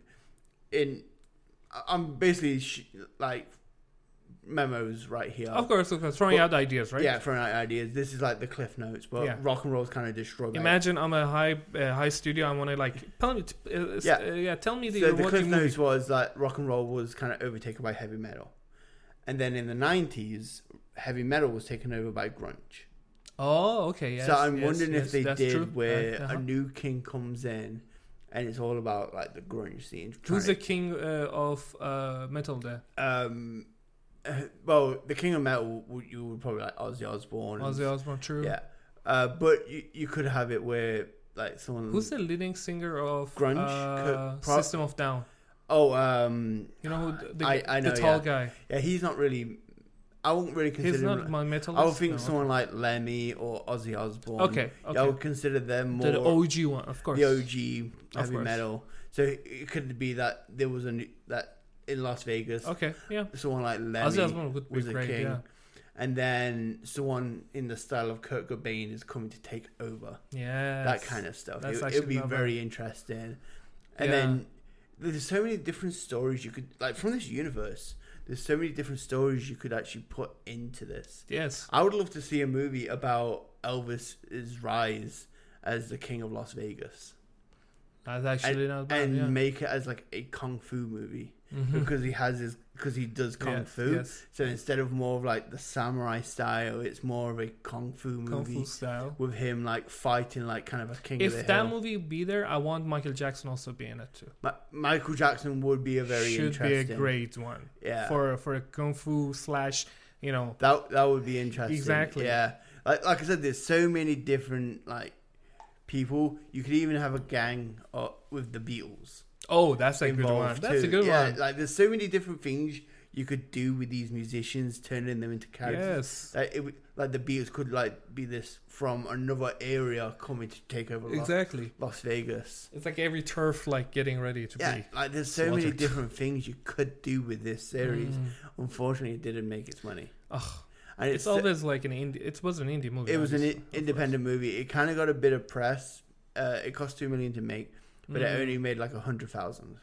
A: in. I- I'm basically sh- like memos right here.
B: Of course, of course, throwing
A: But-
B: out ideas, right?
A: Oh. Yeah, throwing out ideas. This is like the cliff notes, but
B: Yeah.
A: rock and roll's kind of destroyed. by it.
B: Imagine I'm a high uh, high studio. I want to like tell me, t- uh, yeah.
A: Yeah.
B: Uh, yeah, tell me that
A: so
B: you're
A: the cliff
B: watching movies.
A: notes was that rock and roll was kind of overtaken by heavy metal, and then in the '90s, heavy metal was taken over by grunge.
B: Oh, okay. Yes,
A: so I'm
B: yes,
A: wondering
B: yes,
A: if they
B: that's
A: did
B: true.
A: where
B: Uh, uh-huh.
A: a new king comes in, and it's all about like the grunge scene. trying
B: Who's the
A: to-
B: king uh, of uh, metal there?
A: um, uh, well, the king of metal would- you would probably like Ozzy Osbourne. and-
B: Ozzy Osbourne, true.
A: Yeah, uh, but you, you could have it where like someone
B: Who's the leading singer of
A: um, Grunge?
B: Uh,
A: Co- pro-
B: System of Down.
A: oh um
B: You know who the, the,
A: I- I know,
B: the tall
A: yeah.
B: guy.
A: yeah he's not really I wouldn't really consider
B: He's
A: him
B: not my metal.
A: I would think someone like Lemmy or Ozzy Osbourne.
B: Okay, okay.
A: I would consider them more
B: the OG one, of course.
A: the OG
B: Of
A: heavy
B: course.
A: metal. So it- it could be that there was a new, that in Las Vegas,
B: Okay, yeah.
A: someone like Lemmy
B: Ozzy Osbourne would be
A: was a
B: great.
A: king,
B: Yeah,
A: and then someone in the style of Kurt Cobain is coming to take over
B: yeah.
A: that kind of stuff.
B: that's
A: It
B: actually
A: would be
B: not bad.
A: very interesting. And
B: Yeah.
A: then there's so many different stories you could like from this universe. There's so many different stories you could actually put into this.
B: Yes.
A: I would love to see a movie about Elvis's rise as the king of Las Vegas,
B: That's actually not
A: and,
B: bad.
A: and
B: yeah.
A: make it as like a kung fu movie
B: Mhm.
A: because he has his because he does kung
B: Yes,
A: fu.
B: yes.
A: So instead of more of like the samurai style, it's more of a kung fu
B: Kung
A: movie
B: Fu style.
A: with him like fighting like kind of a king of
B: If
A: the hill.
B: that movie be there, I want Michael Jackson also be in it too.
A: Ma- Michael Jackson would be a very
B: Should be a
A: interesting.
B: great one.
A: Yeah.
B: For for a kung fu slash, you know,
A: That that would be interesting.
B: Exactly.
A: Yeah. Like like I said, there's so many different like people. You could even have a gang uh, with the Beatles
B: oh, that's a good one.
A: involved
B: That's
A: too.
B: a good
A: yeah,
B: one.
A: Like there's so many different things you could do with these musicians, turning them into characters.
B: Yes.
A: Like, it, would- like the Beatles could like be this from another area coming to take over Las-
B: Exactly.
A: Las Vegas.
B: It's like every turf like getting ready to
A: Yeah,
B: be.
A: like there's so many
B: slaughtered.
A: different things you could do with this series. Unfortunately, it didn't make its money.
B: Ugh.
A: And
B: Mm. It's always like an indie. It was an indie movie.
A: it was an
B: obviously,
A: i-
B: of course.
A: independent movie. It kind of got a bit of press. Uh, it cost two million to make, but
B: Mm.
A: it only made like a hundred thousand.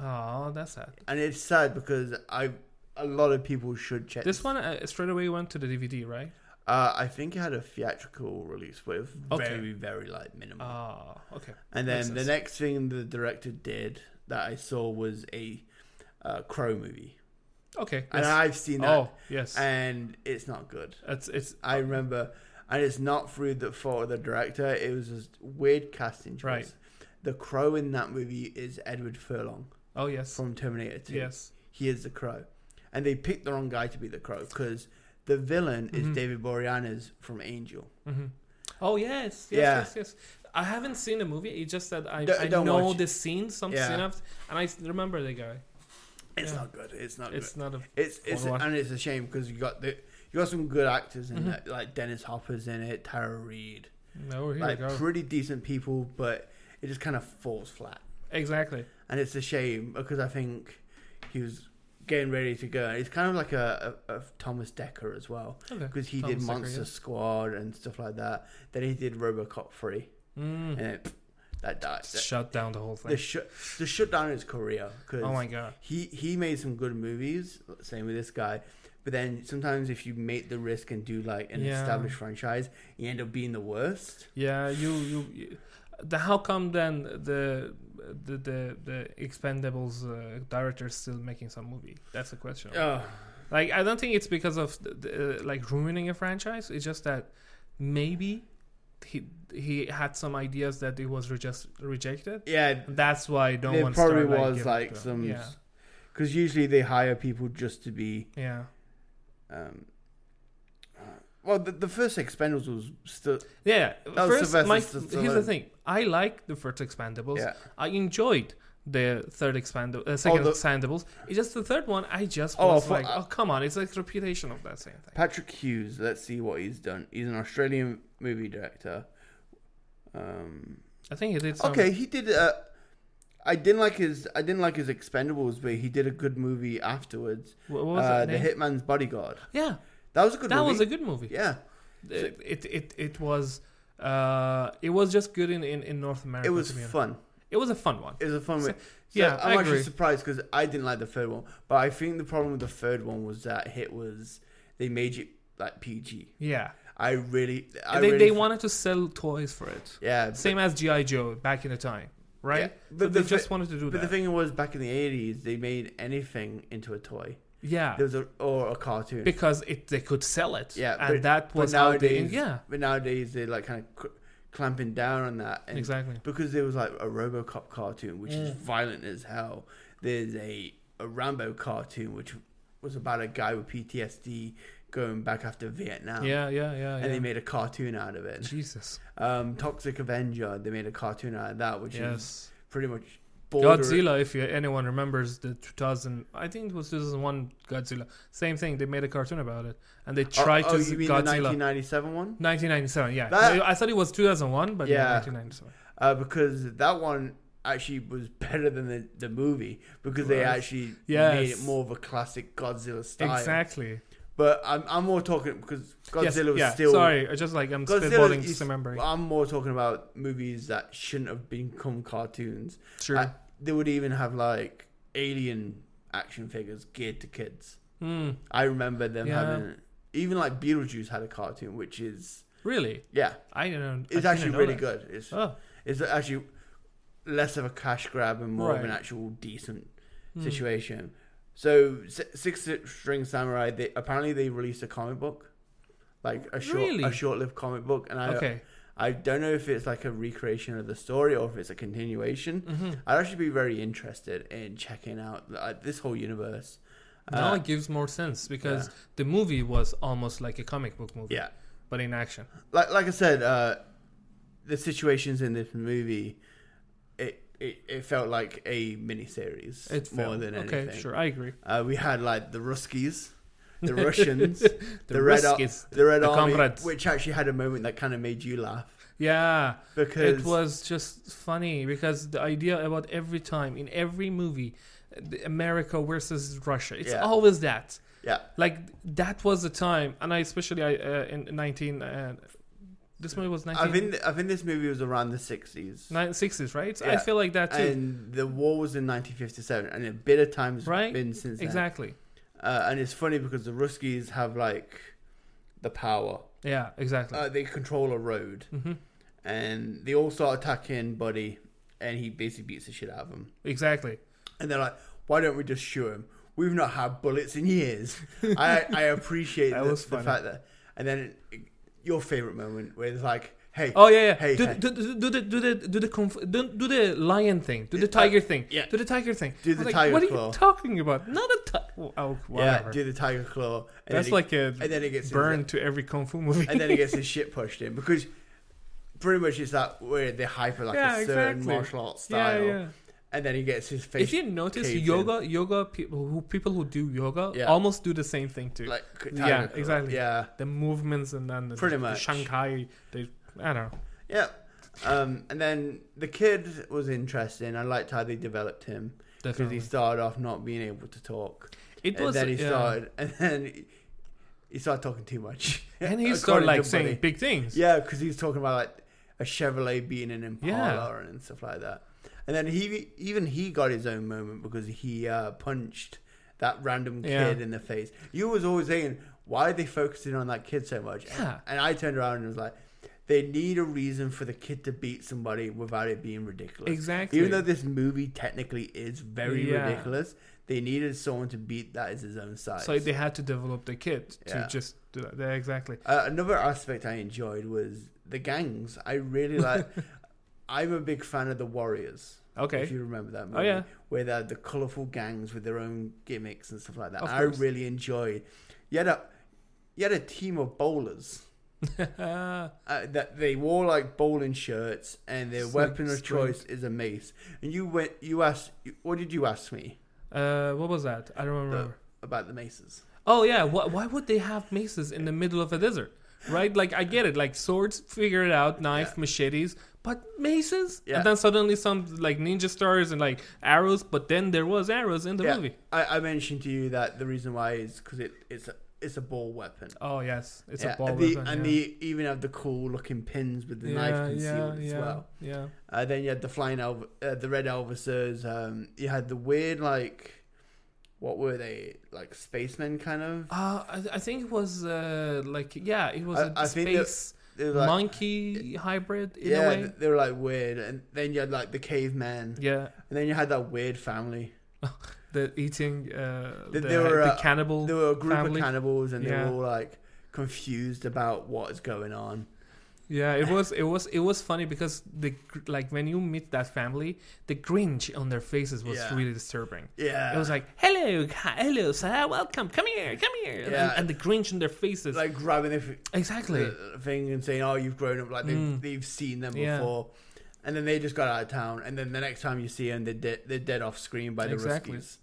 B: Oh, that's sad.
A: And it's sad because I a lot of people should check
B: This one uh, straight away went to the DVD, right?
A: Uh, I think it had a theatrical release, but it was
B: Okay.
A: very very like minimal.
B: Ah, okay.
A: and
B: makes
A: then the
B: sense.
A: next thing the director did that I saw was a uh, Crow movie,
B: Okay.
A: and
B: yes.
A: I've seen that,
B: oh, yes.
A: and it's not good.
B: it's it's
A: I remember, and it's not through the fault of the director. It was just weird casting choice.
B: Right.
A: The crow in that movie is Edward Furlong
B: oh yes.
A: from Terminator 2.
B: Yes.
A: He is the crow, and they picked the wrong guy to be the crow because the villain
B: Mhm.
A: is David Boreanaz from Angel.
B: hmm Oh yes, yes,
A: Yeah.
B: yes, yes. I haven't seen the movie. It's just that I,
A: Don't-
B: I
A: don't
B: know
A: watch
B: the scene, some
A: Yeah.
B: scene, of, and I s- remember the guy.
A: It's
B: Yeah.
A: not good. It's not
B: It's
A: good.
B: not a
A: It's it's
B: Wanna watch-
A: and it's a shame because you got the you got some good actors in
B: Mhm.
A: that like Dennis Hopper's in it, Tara Reid,
B: no. Here
A: like
B: we go.
A: pretty decent people, but it just kind of falls flat.
B: exactly.
A: and it's a shame because I think he was getting ready to go. It's kind of like a, a, a Thomas Decker as well
B: Okay.
A: because he
B: Thomas
A: did
B: Dekker,
A: Monster
B: yeah.
A: Squad and stuff like that. Then he did RoboCop three,
B: Mm.
A: and it, that died.
B: Just
A: That,
B: shut down the whole thing.
A: the shut the shut down his career because
B: oh my god.
A: he he made some good movies. Same with this guy. But then sometimes if you make the risk and do like an
B: Yeah.
A: established franchise, you end up being the worst.
B: Yeah, you you. you the, how come then the the the, the Expendables uh, director is still making some movie? That's the question.
A: Oh,
B: Like I don't think it's because of the, the, uh, like ruining a franchise. It's just that maybe he he had some ideas that it was rejes- rejected.
A: yeah.
B: That's why I don't
A: there
B: want
A: probably
B: to start,
A: was
B: giving
A: like
B: to-
A: some
B: yeah
A: because usually they hire people just to be
B: yeah.
A: um uh, well the, the first expendables was still
B: Yeah,
A: was
B: first,
A: Sylvester
B: my,
A: Stallone.
B: here's the thing. I like the first Expendables.
A: Yeah.
B: I enjoyed the third Expendable, uh, second
A: the-
B: Expendables. It's just the third one. I just
A: Oh,
B: was
A: for-
B: like, oh come on, it's like reputation of that same thing.
A: patrick hughes let's see what he's done he's an australian movie director um
B: I think it did. Some,
A: okay he did uh I didn't like his I didn't like his Expendables, but he did a good movie afterwards.
B: wh- What was
A: uh,
B: that
A: the
B: name?
A: Hitman's Bodyguard.
B: Yeah,
A: That was a good
B: that
A: movie.
B: was a good movie.
A: yeah.
B: It, it it it was Uh, it was just good in, in, in North America.
A: It was
B: to be honest.
A: fun.
B: It was a fun one.
A: It was a fun
B: So-
A: way. So
B: yeah,
A: I'm
B: I
A: actually
B: agree.
A: surprised because I didn't like the third one, but I think the problem with the third one was that hit was they made it like PG.
B: yeah,
A: I really, I
B: they,
A: really
B: they
A: f-
B: wanted to sell toys for it,
A: yeah, but-
B: same as GI Joe back in the time, right?
A: Yeah,
B: but
A: but
B: they
A: the thi-
B: just wanted to do
A: But the
B: that.
A: thing was, back in the '80s, they made anything into a toy.
B: yeah,
A: There was a or a cartoon.
B: because it they could sell it.
A: yeah,
B: and
A: but-
B: that
A: but
B: was how they. Yeah,
A: But nowadays they're like kind of cl- clamping down on that. And
B: Exactly. Mm.
A: Because there was like a RoboCop cartoon, which is violent as hell. There's a a Rambo cartoon, which was about a guy with PTSD going back after Vietnam.
B: yeah, yeah, yeah.
A: um, And
B: yeah.
A: they made a cartoon out of it.
B: Jesus,
A: Um, Toxic Avenger, they made a cartoon out of that, which is
B: yes.
A: pretty much border-
B: Godzilla, if you, anyone remembers the 2000, I think it was 2001 Godzilla. Same thing. They made a cartoon about it, and they
A: Oh,
B: tried
A: oh,
B: to
A: you mean the
B: Godzilla.
A: 1997 one?
B: 1997, yeah.
A: That-
B: I thought it was 2001, but yeah,
A: Yeah.
B: 1997.
A: Uh, because that one actually was better than the, the movie because they
B: Right.
A: actually made
B: Yes.
A: it more of a classic Godzilla style.
B: Exactly.
A: But I'm, I'm more talking because Godzilla
B: Yes,
A: was
B: yeah.
A: still.
B: Sorry, I just like I'm spitballing,
A: is-
B: just remembering.
A: I'm more talking about movies that shouldn't have become cartoons.
B: Sure.
A: Uh, they would even have like alien action figures geared to kids.
B: Hmm.
A: I remember them
B: Yeah.
A: having even like Beetlejuice had a cartoon, which is
B: really?
A: yeah,
B: I don't know.
A: it's
B: I didn't
A: actually
B: know
A: really
B: that.
A: good. It's
B: Oh,
A: it's actually less of a cash grab and more of an
B: Right. Hmm.
A: actual decent situation. So S- Six String Samurai, they, apparently they released a comic book, like a short
B: Really?
A: a short lived comic book, and I
B: okay.
A: I don't know if it's like a recreation of the story or if it's a continuation.
B: Mm-hmm.
A: I'd actually be very interested in checking out uh, this whole universe.
B: now
A: Uh,
B: it gives more sense because
A: yeah.
B: the movie was almost like a comic book movie,
A: yeah,
B: but in action.
A: like like I said, uh, the situations in this movie, it it, it felt like a miniseries
B: It
A: more
B: felt-
A: than
B: okay,
A: anything.
B: sure, I agree.
A: Uh, we had like the Ruskies, the Russians, the,
B: The,
A: Red Ar-
B: Ruskies,
A: the Red
B: the
A: Army,
B: comrades.
A: which actually had a moment that kind of made you laugh
B: Yeah,
A: because
B: it was just funny because the idea about every time in every movie, the America versus Russia. It's
A: Yeah.
B: always that.
A: yeah,
B: Like that was the time, and I especially I uh, in nineteen. Uh, this movie was
A: I
B: 19,
A: think I think this movie was around the sixties.
B: 1960s, right? I
A: Yeah.
B: feel like that too.
A: And the war was in 1957, and a bit of time's
B: Right?
A: been since then.
B: exactly.
A: Uh, and it's funny because the Ruskies have like the power.
B: Yeah, exactly.
A: uh, they control a road,
B: Mm-hmm.
A: and they all start attacking Buddy, and he basically beats the shit out of him.
B: exactly.
A: And they're like, "Why don't we just shoot him? We've not had bullets in years." I I appreciate
B: That
A: the,
B: was
A: the
B: funny.
A: fact that. And then your favorite moment where it's like, "Hey,
B: Oh yeah, yeah.
A: hey,
B: do,
A: hey,
B: Do, do, do the do the do the conf- do, do the lion thing. Do the tiger thing.
A: Uh, yeah.
B: Do the tiger thing.
A: Do
B: I
A: the
B: was like,
A: tiger
B: What are
A: claw."
B: you talking about? Not a tiger. Oh, whatever.
A: yeah, do the tiger claw." And then
B: That's
A: he-
B: like a
A: and then it gets
B: burn to every kung fu movie.
A: and then he gets his shit pushed in because pretty much it's that where they hyper like
B: Yeah,
A: a certain
B: exactly.
A: martial arts
B: yeah,
A: style,
B: yeah.
A: and then he gets his face.
B: If you notice,
A: caved in.
B: yoga, yoga people who people who do yoga
A: Yeah.
B: almost do the same thing too.
A: like tiger
B: yeah,
A: claw.
B: exactly.
A: yeah.
B: the movements and then the,
A: Pretty
B: the
A: much.
B: Shanghai. They, I don't know.
A: Yeah. Um, and then the kid was interesting. I liked how they developed him because
B: Definitely,
A: he started off not being able to talk,
B: it
A: and
B: was.
A: then he
B: yeah.
A: started, and then he, he started talking too much.
B: and he
A: According
B: started like
A: to
B: saying
A: Buddy.
B: big things.
A: yeah, because he's talking about like a Chevrolet being an Impala
B: Yeah.
A: and stuff like that. And then he even he got his own moment because he uh, punched that random kid
B: Yeah.
A: in the face. You was always saying, why are they focusing on that kid so much? And-
B: Yeah.
A: And, I turned around and was like, they need a reason for the kid to beat somebody without it being ridiculous.
B: Exactly.
A: Even though this movie technically is very
B: Yeah.
A: ridiculous, they needed someone to beat that as his own size.
B: So they had to develop the kid to
A: Yeah.
B: just do that. Yeah, exactly.
A: Uh, another aspect I enjoyed was the gangs. I really like. I'm a big fan of the Warriors.
B: Okay. Oh,
A: if you remember that movie,
B: yeah.
A: where they had the colorful gangs with their own gimmicks and stuff like that.
B: Of
A: I
B: course.
A: really enjoyed. You had a you had a team of bowlers
B: Uh,
A: uh, that they wore like bowling shirts, and their
B: It's like
A: weapon of choice
B: strength.
A: is a mace. And you went, you asked, what did you ask me
B: uh, what was that? I don't remember.
A: about the maces?
B: Oh yeah, why, why would they have maces in the middle of a desert? Right? Like I get it. Like swords, figure it out, knife, machetes, but maces?
A: Yeah.
B: And then suddenly some like ninja stars and like arrows, but then there was arrows in the movie.
A: I, I mentioned to you that the reason why is because it, it's it's a ball weapon.
B: Oh yes, it's
A: yeah,
B: a ball
A: and the,
B: weapon.
A: and
B: yeah.
A: they even have the cool looking pins with the
B: yeah,
A: knife
B: yeah,
A: concealed as
B: yeah,
A: well.
B: yeah.
A: Uh, then you had the flying elv- uh, the red Elvises. Um, you had the weird like, what were they like spacemen kind of?
B: Uh, I, I think it was uh, like yeah, it was
A: I-
B: a
A: I think that-
B: space
A: They were like,
B: monkey hybrid in a
A: yeah,
B: way.
A: they were like weird. And then you had like the caveman,
B: Yeah,
A: and then you had that weird family.
B: the eating uh,
A: They-
B: the,
A: they were,
B: the
A: uh,
B: cannibal.
A: There were a group
B: family.
A: of cannibals, and they
B: Yeah.
A: were all like confused about what is going on.
B: Yeah, it was it was it was funny because the gr- like when you meet that family, the grinch on their faces was
A: Yeah.
B: really disturbing.
A: Yeah,
B: It was like, "Hello, hi, hello, sir, welcome, come here, come here," And-
A: Yeah.
B: and, the grinch on their faces.
A: like grabbing the, f-
B: exactly.
A: the thing and saying, "Oh, you've grown up," like they've,
B: Mm.
A: they've seen them
B: Yeah.
A: before. And then they just got out of town, and then the next time you see them, they're, de- they're dead off screen by the
B: Exactly.
A: Ruskies.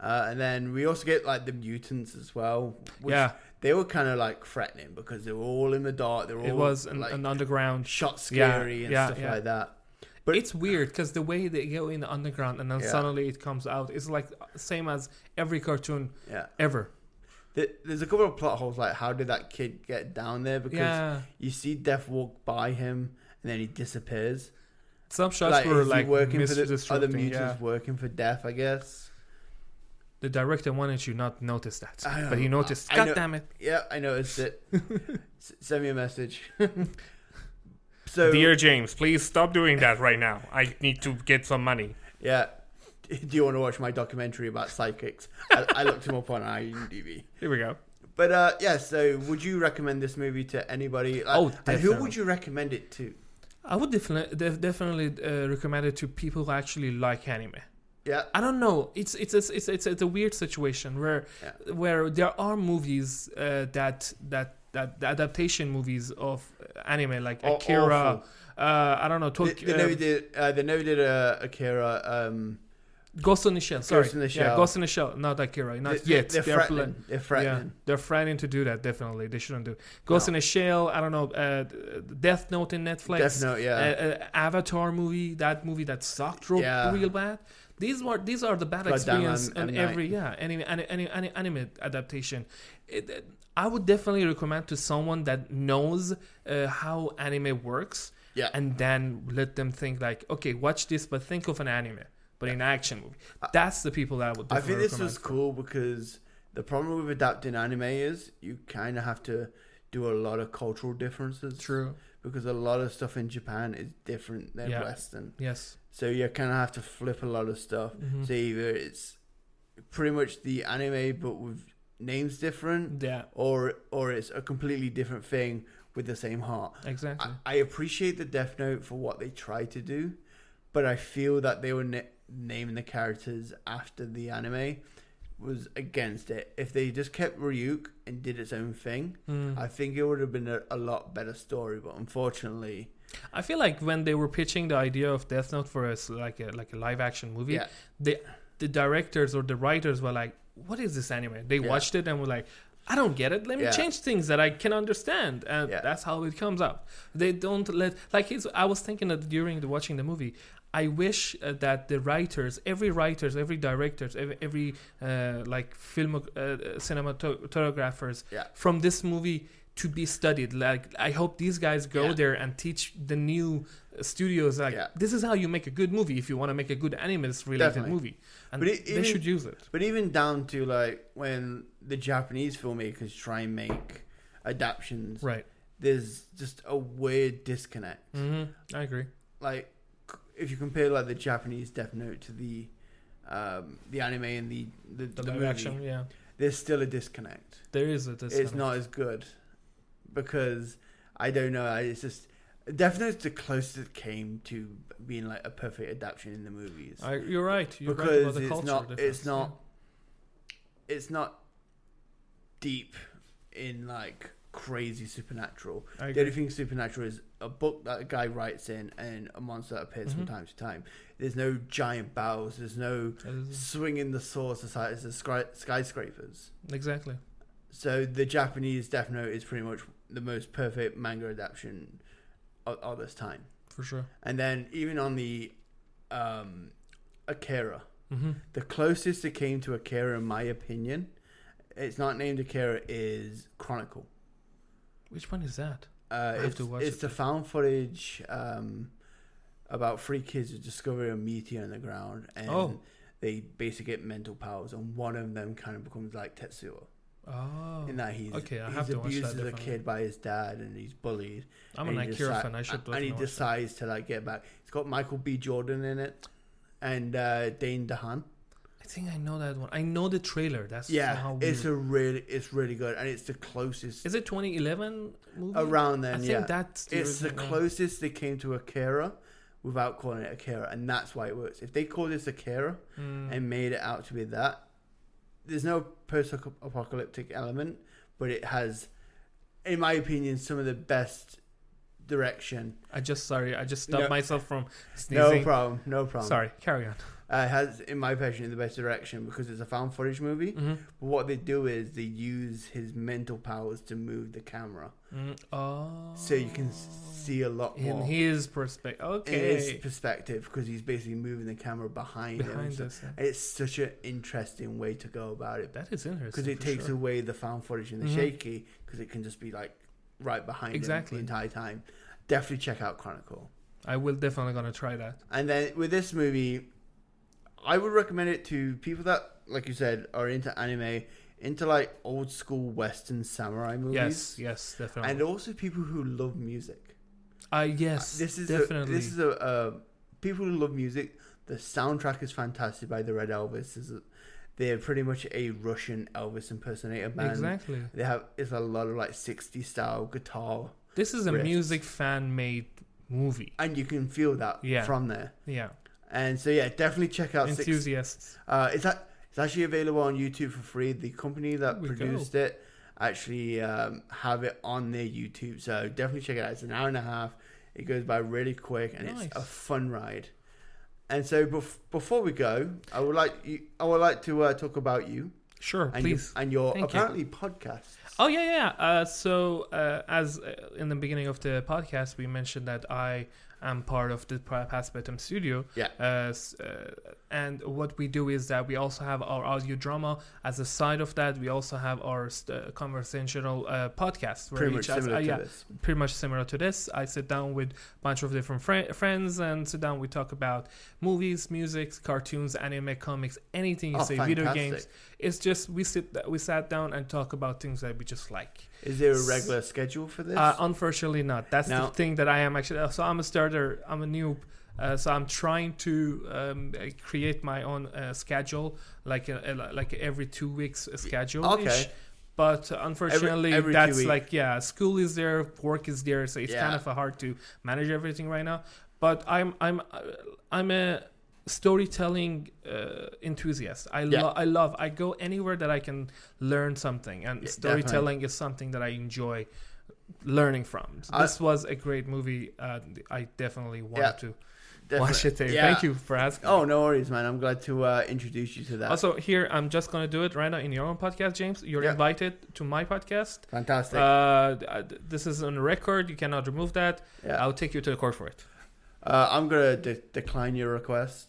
A: Uh, and then we also get like the mutants as well. Which
B: Yeah.
A: they were kind of like threatening because they were all in the dark. They were
B: It
A: all
B: was an,
A: like
B: an underground
A: shot
B: Yeah,
A: scary and
B: yeah,
A: stuff
B: yeah.
A: like that. But-
B: it's weird because the way they go in the underground and then
A: Yeah.
B: suddenly it comes out it's like same as every cartoon
A: Yeah,
B: ever.
A: There- there's a couple of plot holes like how did that kid get down there? Because
B: yeah,
A: you see Death walk by him and then he disappears.
B: some shots
A: like,
B: were
A: is he
B: like
A: working for the other
B: misdirecting,
A: mutants
B: yeah.
A: working for Death, I guess.
B: The director wanted you not notice that,
A: I know.
B: but you noticed.
A: I- I
B: God
A: know.
B: damn it,
A: Yeah, I noticed it. S- send me a message. so
B: dear James, please stop doing that right now. I need to get some money.
A: yeah, do you want to watch my documentary about psychics? I, I looked him up on IMDb.
B: Here we go.
A: But uh, yeah, so would you recommend this movie to anybody? Like,
B: Oh,
A: and who
B: definitely.
A: would you recommend it to?
B: I would definitely def- definitely uh, recommend it to people who actually like anime.
A: Yeah,
B: I don't know. It's it's it's it's it's, it's a weird situation where
A: Yeah.
B: where there are movies uh, that that that the adaptation movies of uh, anime like
A: Aw-
B: Akira.
A: awful.
B: Uh, I don't know.
A: they,
B: Tokyo,
A: they know we did. Uh, they know we did uh, Akira. Um,
B: Ghost in the Shell. Sorry,
A: Ghost in the
B: Yeah,
A: Shell.
B: Ghost in the Shell. Not Akira. Not
A: they,
B: yet.
A: They're,
B: They're pla-
A: threatening. They're
B: Yeah,
A: threatening.
B: they're threatening to do that. Definitely, they shouldn't do. Ghost in the Shell. I don't know. Uh, Death Note in Netflix.
A: Death Note, yeah.
B: Uh, uh, Avatar movie. That movie that sucked real,
A: Yeah.
B: real bad. These were these are the bad
A: Goddamn,
B: experience
A: M-
B: on
A: M.
B: every yeah anime any, any, any anime adaptation. It, it- I would definitely recommend to someone that knows uh, how anime works.
A: Yeah.
B: and then let them think like, okay, watch this, but think of an anime, but in action movie. That's the people that I would.
A: I think
B: definitely
A: this
B: recommend
A: was cool because the problem with adapting anime is you kind of have to do a lot of cultural differences.
B: true.
A: Because a lot of stuff in Japan is different than
B: Yeah.
A: Western.
B: Yes.
A: So you kind of have to flip a lot of stuff.
B: Mhm.
A: So either it's pretty much the anime but with names different
B: Yeah.
A: or or it's a completely different thing with the same heart.
B: Exactly.
A: I, I appreciate the Death Note for what they try to do, but I feel that they were na- naming the characters after the anime was against it. If they just kept Ryuk and did its own thing, I think it would have been a, a lot better story. But unfortunately,
B: I feel like when they were pitching the idea of Death Note for us like a like a live action movie,
A: Yeah.
B: the the directors or the writers were like, "What is this anime?" They
A: Yeah.
B: watched it and were like, "I don't get it. Let me
A: Yeah.
B: change things that I can understand." And
A: Yeah.
B: that's how it comes up. They don't let like it's, I was thinking that during the watching the movie. I wish uh, that the writers, every writers, every directors, every, every uh, like film uh, cinematographers
A: Yeah.
B: from this movie to be studied. Like I hope these guys go
A: Yeah.
B: there and teach the new uh, studios like
A: Yeah.
B: this is how you make a good movie if you want to make a good anime related
A: Definitely.
B: movie. And
A: But it-
B: they
A: even-
B: should use it.
A: but even down to like when the Japanese filmmakers try and make adaptions,
B: Right.
A: there's just a weird disconnect.
B: hmm I agree.
A: like c- if you compare like the Japanese Death Note to the um, the anime and the the,
B: The,
A: the,
B: live
A: movie,
B: action, yeah.
A: there's still a disconnect.
B: There is a
A: It's not as good because I don't know. I- It's just Death Note's the closest it came to being like a perfect adaptation in the movies
B: I, you're right. You're right about
A: because
B: the
A: it's
B: culture
A: not
B: difference,
A: it's not it's not deep in like crazy supernatural.
B: yeah. I
A: The
B: agree.
A: only thing supernatural is a book that a guy writes in and a monster appears from
B: Mhm.
A: time to time. There's no giant bows. There's no
B: That is-
A: swinging the swords as high as the sky- skyscrapers.
B: Exactly.
A: So the Japanese Death Note is pretty much the most perfect manga adaptation of, of this time.
B: For sure.
A: And then even on the um, Akira,
B: hmm Mm-hmm.
A: the closest it came to Akira, in my opinion, It's not named Akira. Is Chronicle.
B: Which one is that?
A: Uh,
B: have
A: it's
B: to watch
A: it's
B: it
A: the found footage um, about three kids who discover a meteor on the ground and
B: Oh.
A: they basically get mental powers, and one of them kind of becomes like Tetsuo
B: Oh,
A: in that he's
B: okay, I
A: he's
B: have to watch
A: abused
B: that
A: as a
B: definitely.
A: kid by his dad and he's bullied.
B: I'm
A: and
B: an
A: he
B: Akira
A: deci-
B: fan. I should.
A: and he
B: definitely watch that.
A: decides to like get back. It's got Michael B. Jordan in it and uh, Dane DeHaan.
B: I think I know that one. I know the trailer. That's
A: Yeah,
B: How
A: it's
B: weird.
A: a really it's really good and it's the closest
B: Is it 2011 movie?
A: around then.
B: I think
A: yeah,
B: that's the
A: it's the
B: original one.
A: closest they came to Akira without calling it Akira, and that's why it works. If they called this Akira
B: Hmm.
A: and made it out to be that, there's no post-apocalyptic element, but it has, in my opinion, some of the best direction.
B: I just sorry. I just stopped
A: No.
B: myself from
A: No
B: sneezing.
A: problem, no problem.
B: Sorry. Carry on.
A: uh, it has, in my opinion, the best direction because it's a found footage movie.
B: Mm. Mm-hmm.
A: But what they do is they use his mental powers to move the camera,
B: Mm, oh.
A: so you can see a lot more.
B: in his perspective.
A: in his
B: Okay.
A: perspective because he's basically moving the camera behind, him. and
B: Behind
A: stuff.
B: us. yeah.
A: It's such an interesting way to go about it
B: That is interesting.
A: because it
B: for
A: takes
B: sure.
A: away the found footage and the
B: Mhm.
A: shaky because it can just be like right behind
B: Exactly.
A: him the entire time. Definitely check out Chronicle.
B: I will definitely gonna try that.
A: And then with this movie, I would recommend it to people that, like you said, are into anime, into like old school Western samurai movies,
B: Yes. Yes. Definitely.
A: and also people who love music.
B: I Uh, yes.
A: Uh, this is
B: definitely.
A: A, this is a uh, people who love music. The soundtrack is fantastic by the Red Elvis. Is they're pretty much a Russian Elvis impersonator band.
B: exactly.
A: They have it's a lot of like 60s style guitar,
B: This is a
A: riffs.
B: music fan made movie.
A: and you can feel that
B: Yeah.
A: from there.
B: Yeah.
A: And so yeah, definitely check out. Six,
B: Enthusiasts.
A: uh, it's that it's actually available on YouTube for free. The company that
B: There we
A: produced it actually um, have it on their YouTube, so definitely check it out. It's an hour and a half. It goes by really quick, and
B: Nice.
A: it's a fun ride. And so, bef- before we go, I would like you, I would like to uh, talk about you
B: Sure.
A: and
B: please.
A: your, and your
B: Thank you.
A: apparently podcasts.
B: Oh yeah, yeah. Uh, so uh, as uh, in the beginning of the podcast, we mentioned that I am part of the Pa- Paspetum Studio.
A: Yeah.
B: Uh, s- uh, and what we do is that we also have our audio drama as a side of that. We also have our st- conversational uh, podcast.
A: Pretty much
B: each has-
A: similar
B: uh,
A: to
B: yeah,
A: this.
B: pretty much similar to this. I sit down with a bunch of different fri friends and sit down. We talk about movies, music, cartoons, anime, comics, anything you
A: Oh,
B: say, video
A: fantastic.
B: games. It's just we sit we sat down and talk about things that we just like.
A: Is there a regular schedule for this?
B: Uh, unfortunately, not. That's
A: No.
B: the thing that I am actually. So I'm a starter. I'm a noob. Uh, so I'm trying to um, uh, create my own uh, schedule, like a, a- like every two weeks a schedule.
A: okay.
B: But unfortunately,
A: every two
B: that's
A: week.
B: like yeah, school is there, work is there, so it's kind
A: Yeah.
B: of uh, hard to manage everything right now. But I'm I'm uh, I'm a storytelling uh, enthusiast. I
A: Yeah.
B: lo- I love. I go anywhere that I can learn something, and
A: definitely.
B: storytelling is something that I enjoy learning from. So
A: I-
B: this was a great movie. Uh, I definitely want
A: Yeah,
B: to
A: Definitely.
B: watch it. Dave.
A: Yeah.
B: Thank you for asking.
A: Oh no worries, man. I'm glad to uh, introduce you to that.
B: Also, here I'm just gonna do it right now in your own podcast, James. You're
A: Yeah.
B: invited to my podcast.
A: Fantastic.
B: Uh, th- uh, th- this is on record. You cannot remove that.
A: Yeah.
B: I'll take you to the court for it.
A: Uh, I'm gonna de- decline your request.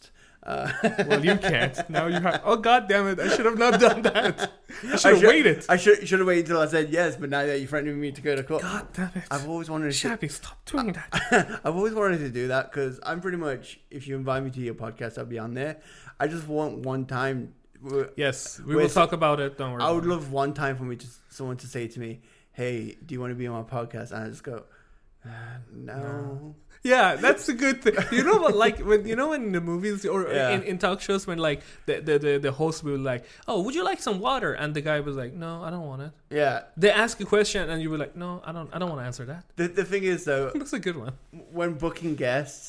A: Uh,
B: Well, you can't. now you have. Oh God damn it! I should have not done that.
A: I
B: I should have
A: should-
B: waited.
A: I should should have waited till I said yes, but now that you're threatening me to go to court,
B: God damn it!
A: I've always wanted to.
B: Shabby, stop doing that.
A: I've always wanted to do that because I'm pretty much. If you invite me to your podcast, I'll be on there. I just want one time. w-
B: yes, we
A: Wait,
B: will
A: so-
B: talk about it. Don't worry.
A: I would
B: about
A: love
B: it.
A: one time for me to someone to say to me, "Hey, do you want to be on my podcast?" And I just go, uh, "No."
B: Yeah, that's a good thing. You know what? Like when you know when in the movies or
A: Yeah.
B: in, in talk shows when like the the, the the host will like, oh, would you like some water? And the guy was like, no, I don't want it.
A: Yeah.
B: They ask a question and you were like, no, I don't, I don't want to answer that.
A: The the thing is though,
B: That's a good one.
A: when booking guests,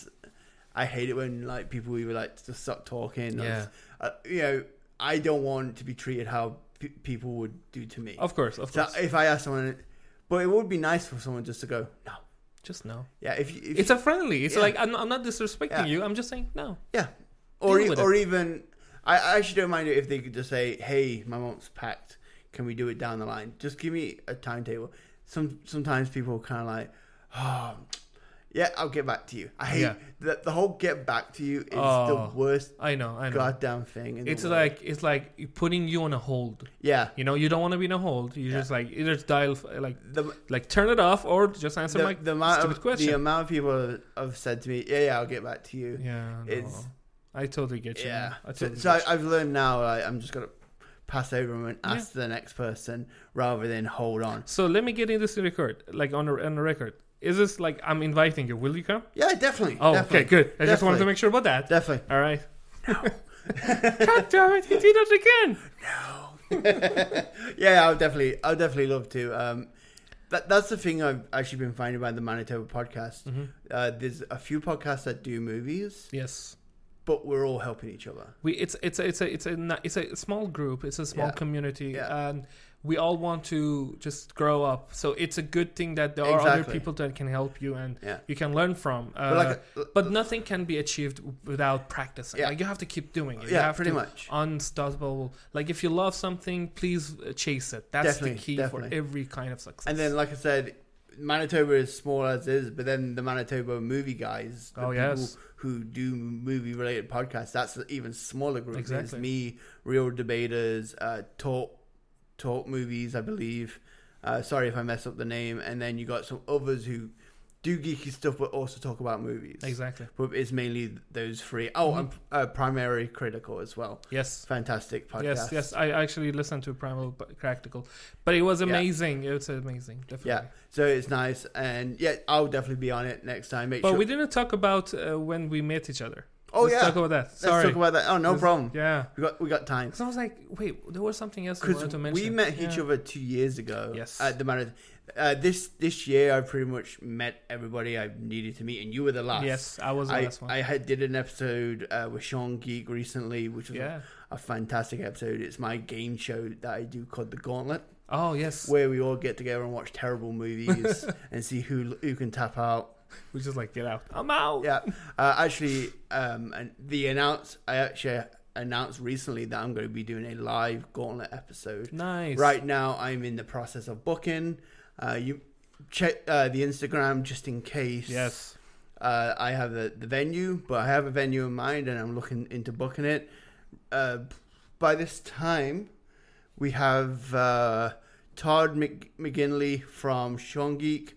A: I hate it when like people either like just stop talking. Or,
B: Yeah.
A: uh, you know, I don't want to be treated how pe- people would do to me.
B: Of course, of
A: so
B: course.
A: if I ask someone, but it would be nice for someone just to go no.
B: Just no.
A: Yeah, if, you- if
B: It's a friendly. It's
A: Yeah.
B: like I'm, I'm not disrespecting
A: Yeah.
B: you. I'm just saying no.
A: yeah, or
B: deal
A: e-
B: with
A: or even I, I actually don't mind it if they could just say, hey, my mom's packed. Can we do it down the line? Just give me a timetable. Some sometimes people kind of like, oh, Yeah, I'll get back to you. I hate
B: Yeah.
A: the, the whole get back to you is
B: Oh,
A: the worst
B: I know, I know.
A: goddamn thing. In the
B: it's
A: world.
B: like it's like putting you on a hold.
A: yeah,
B: You know, you don't want to be in a hold. You just like either dial like
A: the
B: like turn it off or just answer
A: the,
B: my
A: the amount
B: stupid
A: of
B: question.
A: the amount of people have- have said to me, yeah, yeah, I'll get back to you.
B: yeah, no.
A: it's-
B: I totally get you.
A: Yeah.
B: man. I
A: So,
B: totally
A: so
B: get
A: I, I've learned now. Like, I'm just gonna pass over 'em and ask the next person rather than hold on.
B: So let me get in this record, like on a, on a record. Is this like I'm inviting you? Will you come?
A: Yeah, definitely.
B: Oh,
A: definitely.
B: okay, good. I just wanted
A: Definitely.
B: to make sure about that.
A: Definitely.
B: All right. No. God damn it! He did it again.
A: Yeah, I'll definitely, I'll definitely love to. Um, that that's the thing I've actually been finding about the Manitoba podcast.
B: Mm-hmm.
A: Uh, there's a few podcasts that do movies,
B: Yes.
A: but we're all helping each other.
B: We it's it's a, it's a it's a ni- it's a small group. It's a small
A: Yeah.
B: community,
A: Yeah.
B: and we all want to just grow up. So it's a good thing that there are other
A: Exactly.
B: people that can help you and
A: Yeah.
B: you can learn from. Uh,
A: But
B: but,
A: like a-
B: nothing can be achieved without practicing.
A: Yeah.
B: Like you have to keep doing it. You
A: Yeah,
B: have
A: pretty
B: to
A: much.
B: Unstoppable. Like if you love something, please uh, chase it. That's
A: Definitely,
B: the key for
A: definitely.
B: every kind of success.
A: And then, like I said, Manitoba is small as is, but then the Manitoba movie guys, the
B: Oh, yes.
A: people who do movie related podcasts, that's an even smaller group. There's
B: Exactly.
A: me, Real Debaters, uh, Talk Talk Movies, I believe. Uh, sorry if I mess up the name. And then you got some others who do geeky stuff, but also talk about movies.
B: exactly. Mm-hmm.
A: But it's mainly those three. Oh, and uh, Primary Critical as well.
B: Yes.
A: Fantastic podcast.
B: Yes, yes, I actually listened to Primal Practical, but it was amazing. It's amazing, definitely.
A: Yeah, so it's nice, and yeah, I'll definitely be on it next time. Make
B: But
A: sure.
B: we didn't talk about uh, when we met each other.
A: Oh,
B: Let's
A: yeah.
B: talk about that. Sorry.
A: Let's talk about that. Oh, no
B: Let's-
A: problem.
B: Yeah.
A: We got we got time.
B: Because I was like, wait, there was something else I
A: Because
B: wanted to mention.
A: we met each
B: Yeah.
A: other two years ago.
B: Yes.
A: At the Manor. Uh, this this year, I pretty much met everybody I needed to meet, and you were the last.
B: Yes, I was the
A: I,
B: last one.
A: I had did an episode uh, with Sean Geek recently, which was
B: Yeah.
A: a, a fantastic episode. It's my game show that I do called The Gauntlet,
B: Oh yes,
A: where we all get together and watch terrible movies and see who who can tap out.
B: we just like get out. I'm out.
A: Yeah, uh, actually, um, and the announce I actually announced recently that I'm going to be doing a live Gauntlet episode.
B: Nice.
A: Right now, I'm in the process of booking. Uh, you check uh, the Instagram just in case.
B: Yes.
A: Uh, I have the the venue, but I have a venue in mind, and I'm looking into booking it. Uh, by this time, we have uh, Todd Mc- McGinley from Sean Geek,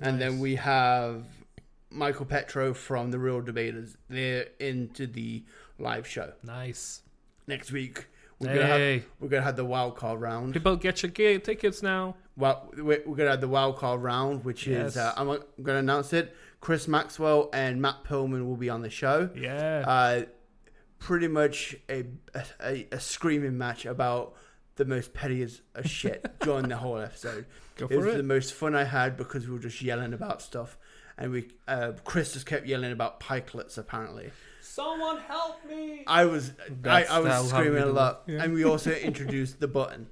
A: and then
B: Nice.
A: we have Michael Petro from The Real Debaters. They're into the live show
B: Nice.
A: next week. We're gonna have
B: Hey.
A: we're gonna have the wild card round.
B: People get your gay tickets now.
A: Well, we're, we're gonna have the wild card round, which is
B: Yes.
A: uh, I'm gonna announce it. Chris Maxwell and Matt Pillman will be on the show.
B: Yeah.
A: Uh, pretty much a, a a screaming match about the most pettiest of shit during the whole episode.
B: Go
A: it was
B: for it.
A: the most fun I had because we were just yelling about stuff, and we uh, Chris just kept yelling about pikelets. Apparently,
B: Someone help me.
A: I was I,
B: That's-
A: I was
B: that'll help
A: screaming
B: me
A: a
B: do
A: lot,
B: it. Yeah.
A: and we also introduced the button.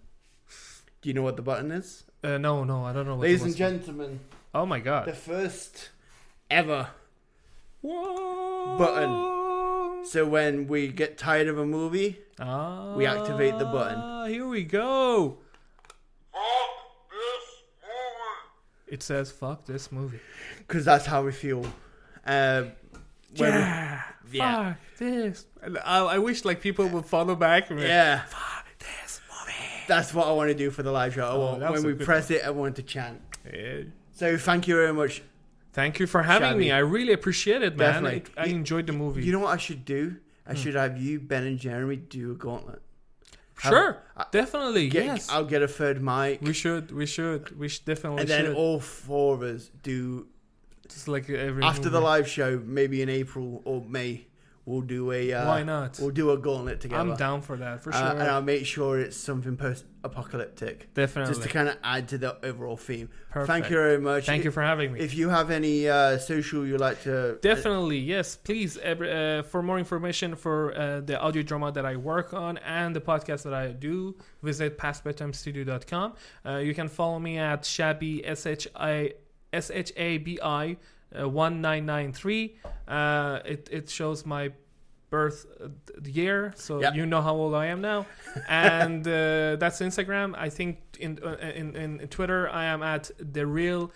A: Do you know what the button is?
B: Uh, no, no, I don't know. What it
A: Ladies and
B: was.
A: gentlemen,
B: Oh my god.
A: the first ever.
B: Button.
A: So when we get tired of a movie,
B: Ah,
A: We activate the button.
B: Here we go. It says "fuck this movie."
A: because that's how we feel. Uh, when we-
B: Yeah.
A: Yeah.
B: Fuck this. And I, I wish like people would follow back. and be like,
A: yeah,
B: Fuck this movie.
A: that's what I want to do for the live show. I want,
B: that was
A: when
B: Oh, a
A: we
B: good
A: press it, I want to chant. So thank you very much.
B: Thank you for having
A: Shall we?
B: me. I really appreciate it, man.
A: Definitely.
B: It- I
A: You-
B: enjoyed the movie.
A: You know what I should do?
B: Hmm.
A: I should have you, Ben, and Jeremy do a gauntlet.
B: sure,
A: I-
B: definitely.
A: Get,
B: yes,
A: I'll get a third mic,
B: we should. We should. We should definitely.
A: and then
B: should.
A: all four of us do
B: Just like every
A: after the
B: movie.
A: live show, maybe in April or May. We'll do a uh,
B: Why not?
A: We'll do a gauntlet together.
B: I'm down for that for sure.
A: Uh, and I'll make sure it's something post-apocalyptic,
B: definitely.
A: just to kind of add to the overall theme. Thank
B: Perfect.
A: you very much.
B: Thank you for having me.
A: If you have any uh, social you like to,
B: Definitely, yes. Please, every, uh, for more information for uh, the audio drama that I work on and the podcast that I do, visit pastbedtimestudio.com. Uh, you can follow me at shabby, S-H-I, S-H-A-B-I, uh, 1993. Uh, it, it shows my birth uh, th- year, so
A: Yeah.
B: you know how old I am now. and uh, that's Instagram. I think in, uh, in, in Twitter, I am at the real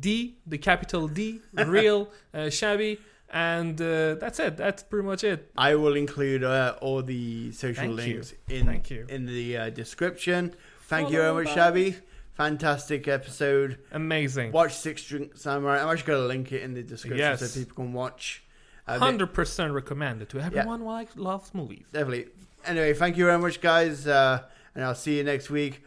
B: D, the capital D, real, uh, shabby, and uh, that's it. That's pretty much it.
A: I will include uh, all the social
B: Thank you.
A: links in
B: Thank you.
A: in the uh, description. Thank you
B: Follow
A: very much,
B: back.
A: Shabby. Fantastic episode.
B: Amazing.
A: Watch Six Drink Samurai. I'm actually going to link it in the description
B: Yes.
A: so people can watch. Uh, they-
B: Hundred percent recommended to everyone who likes loves movies.
A: Definitely. Anyway, thank you very much, guys, uh, and I'll see you next week.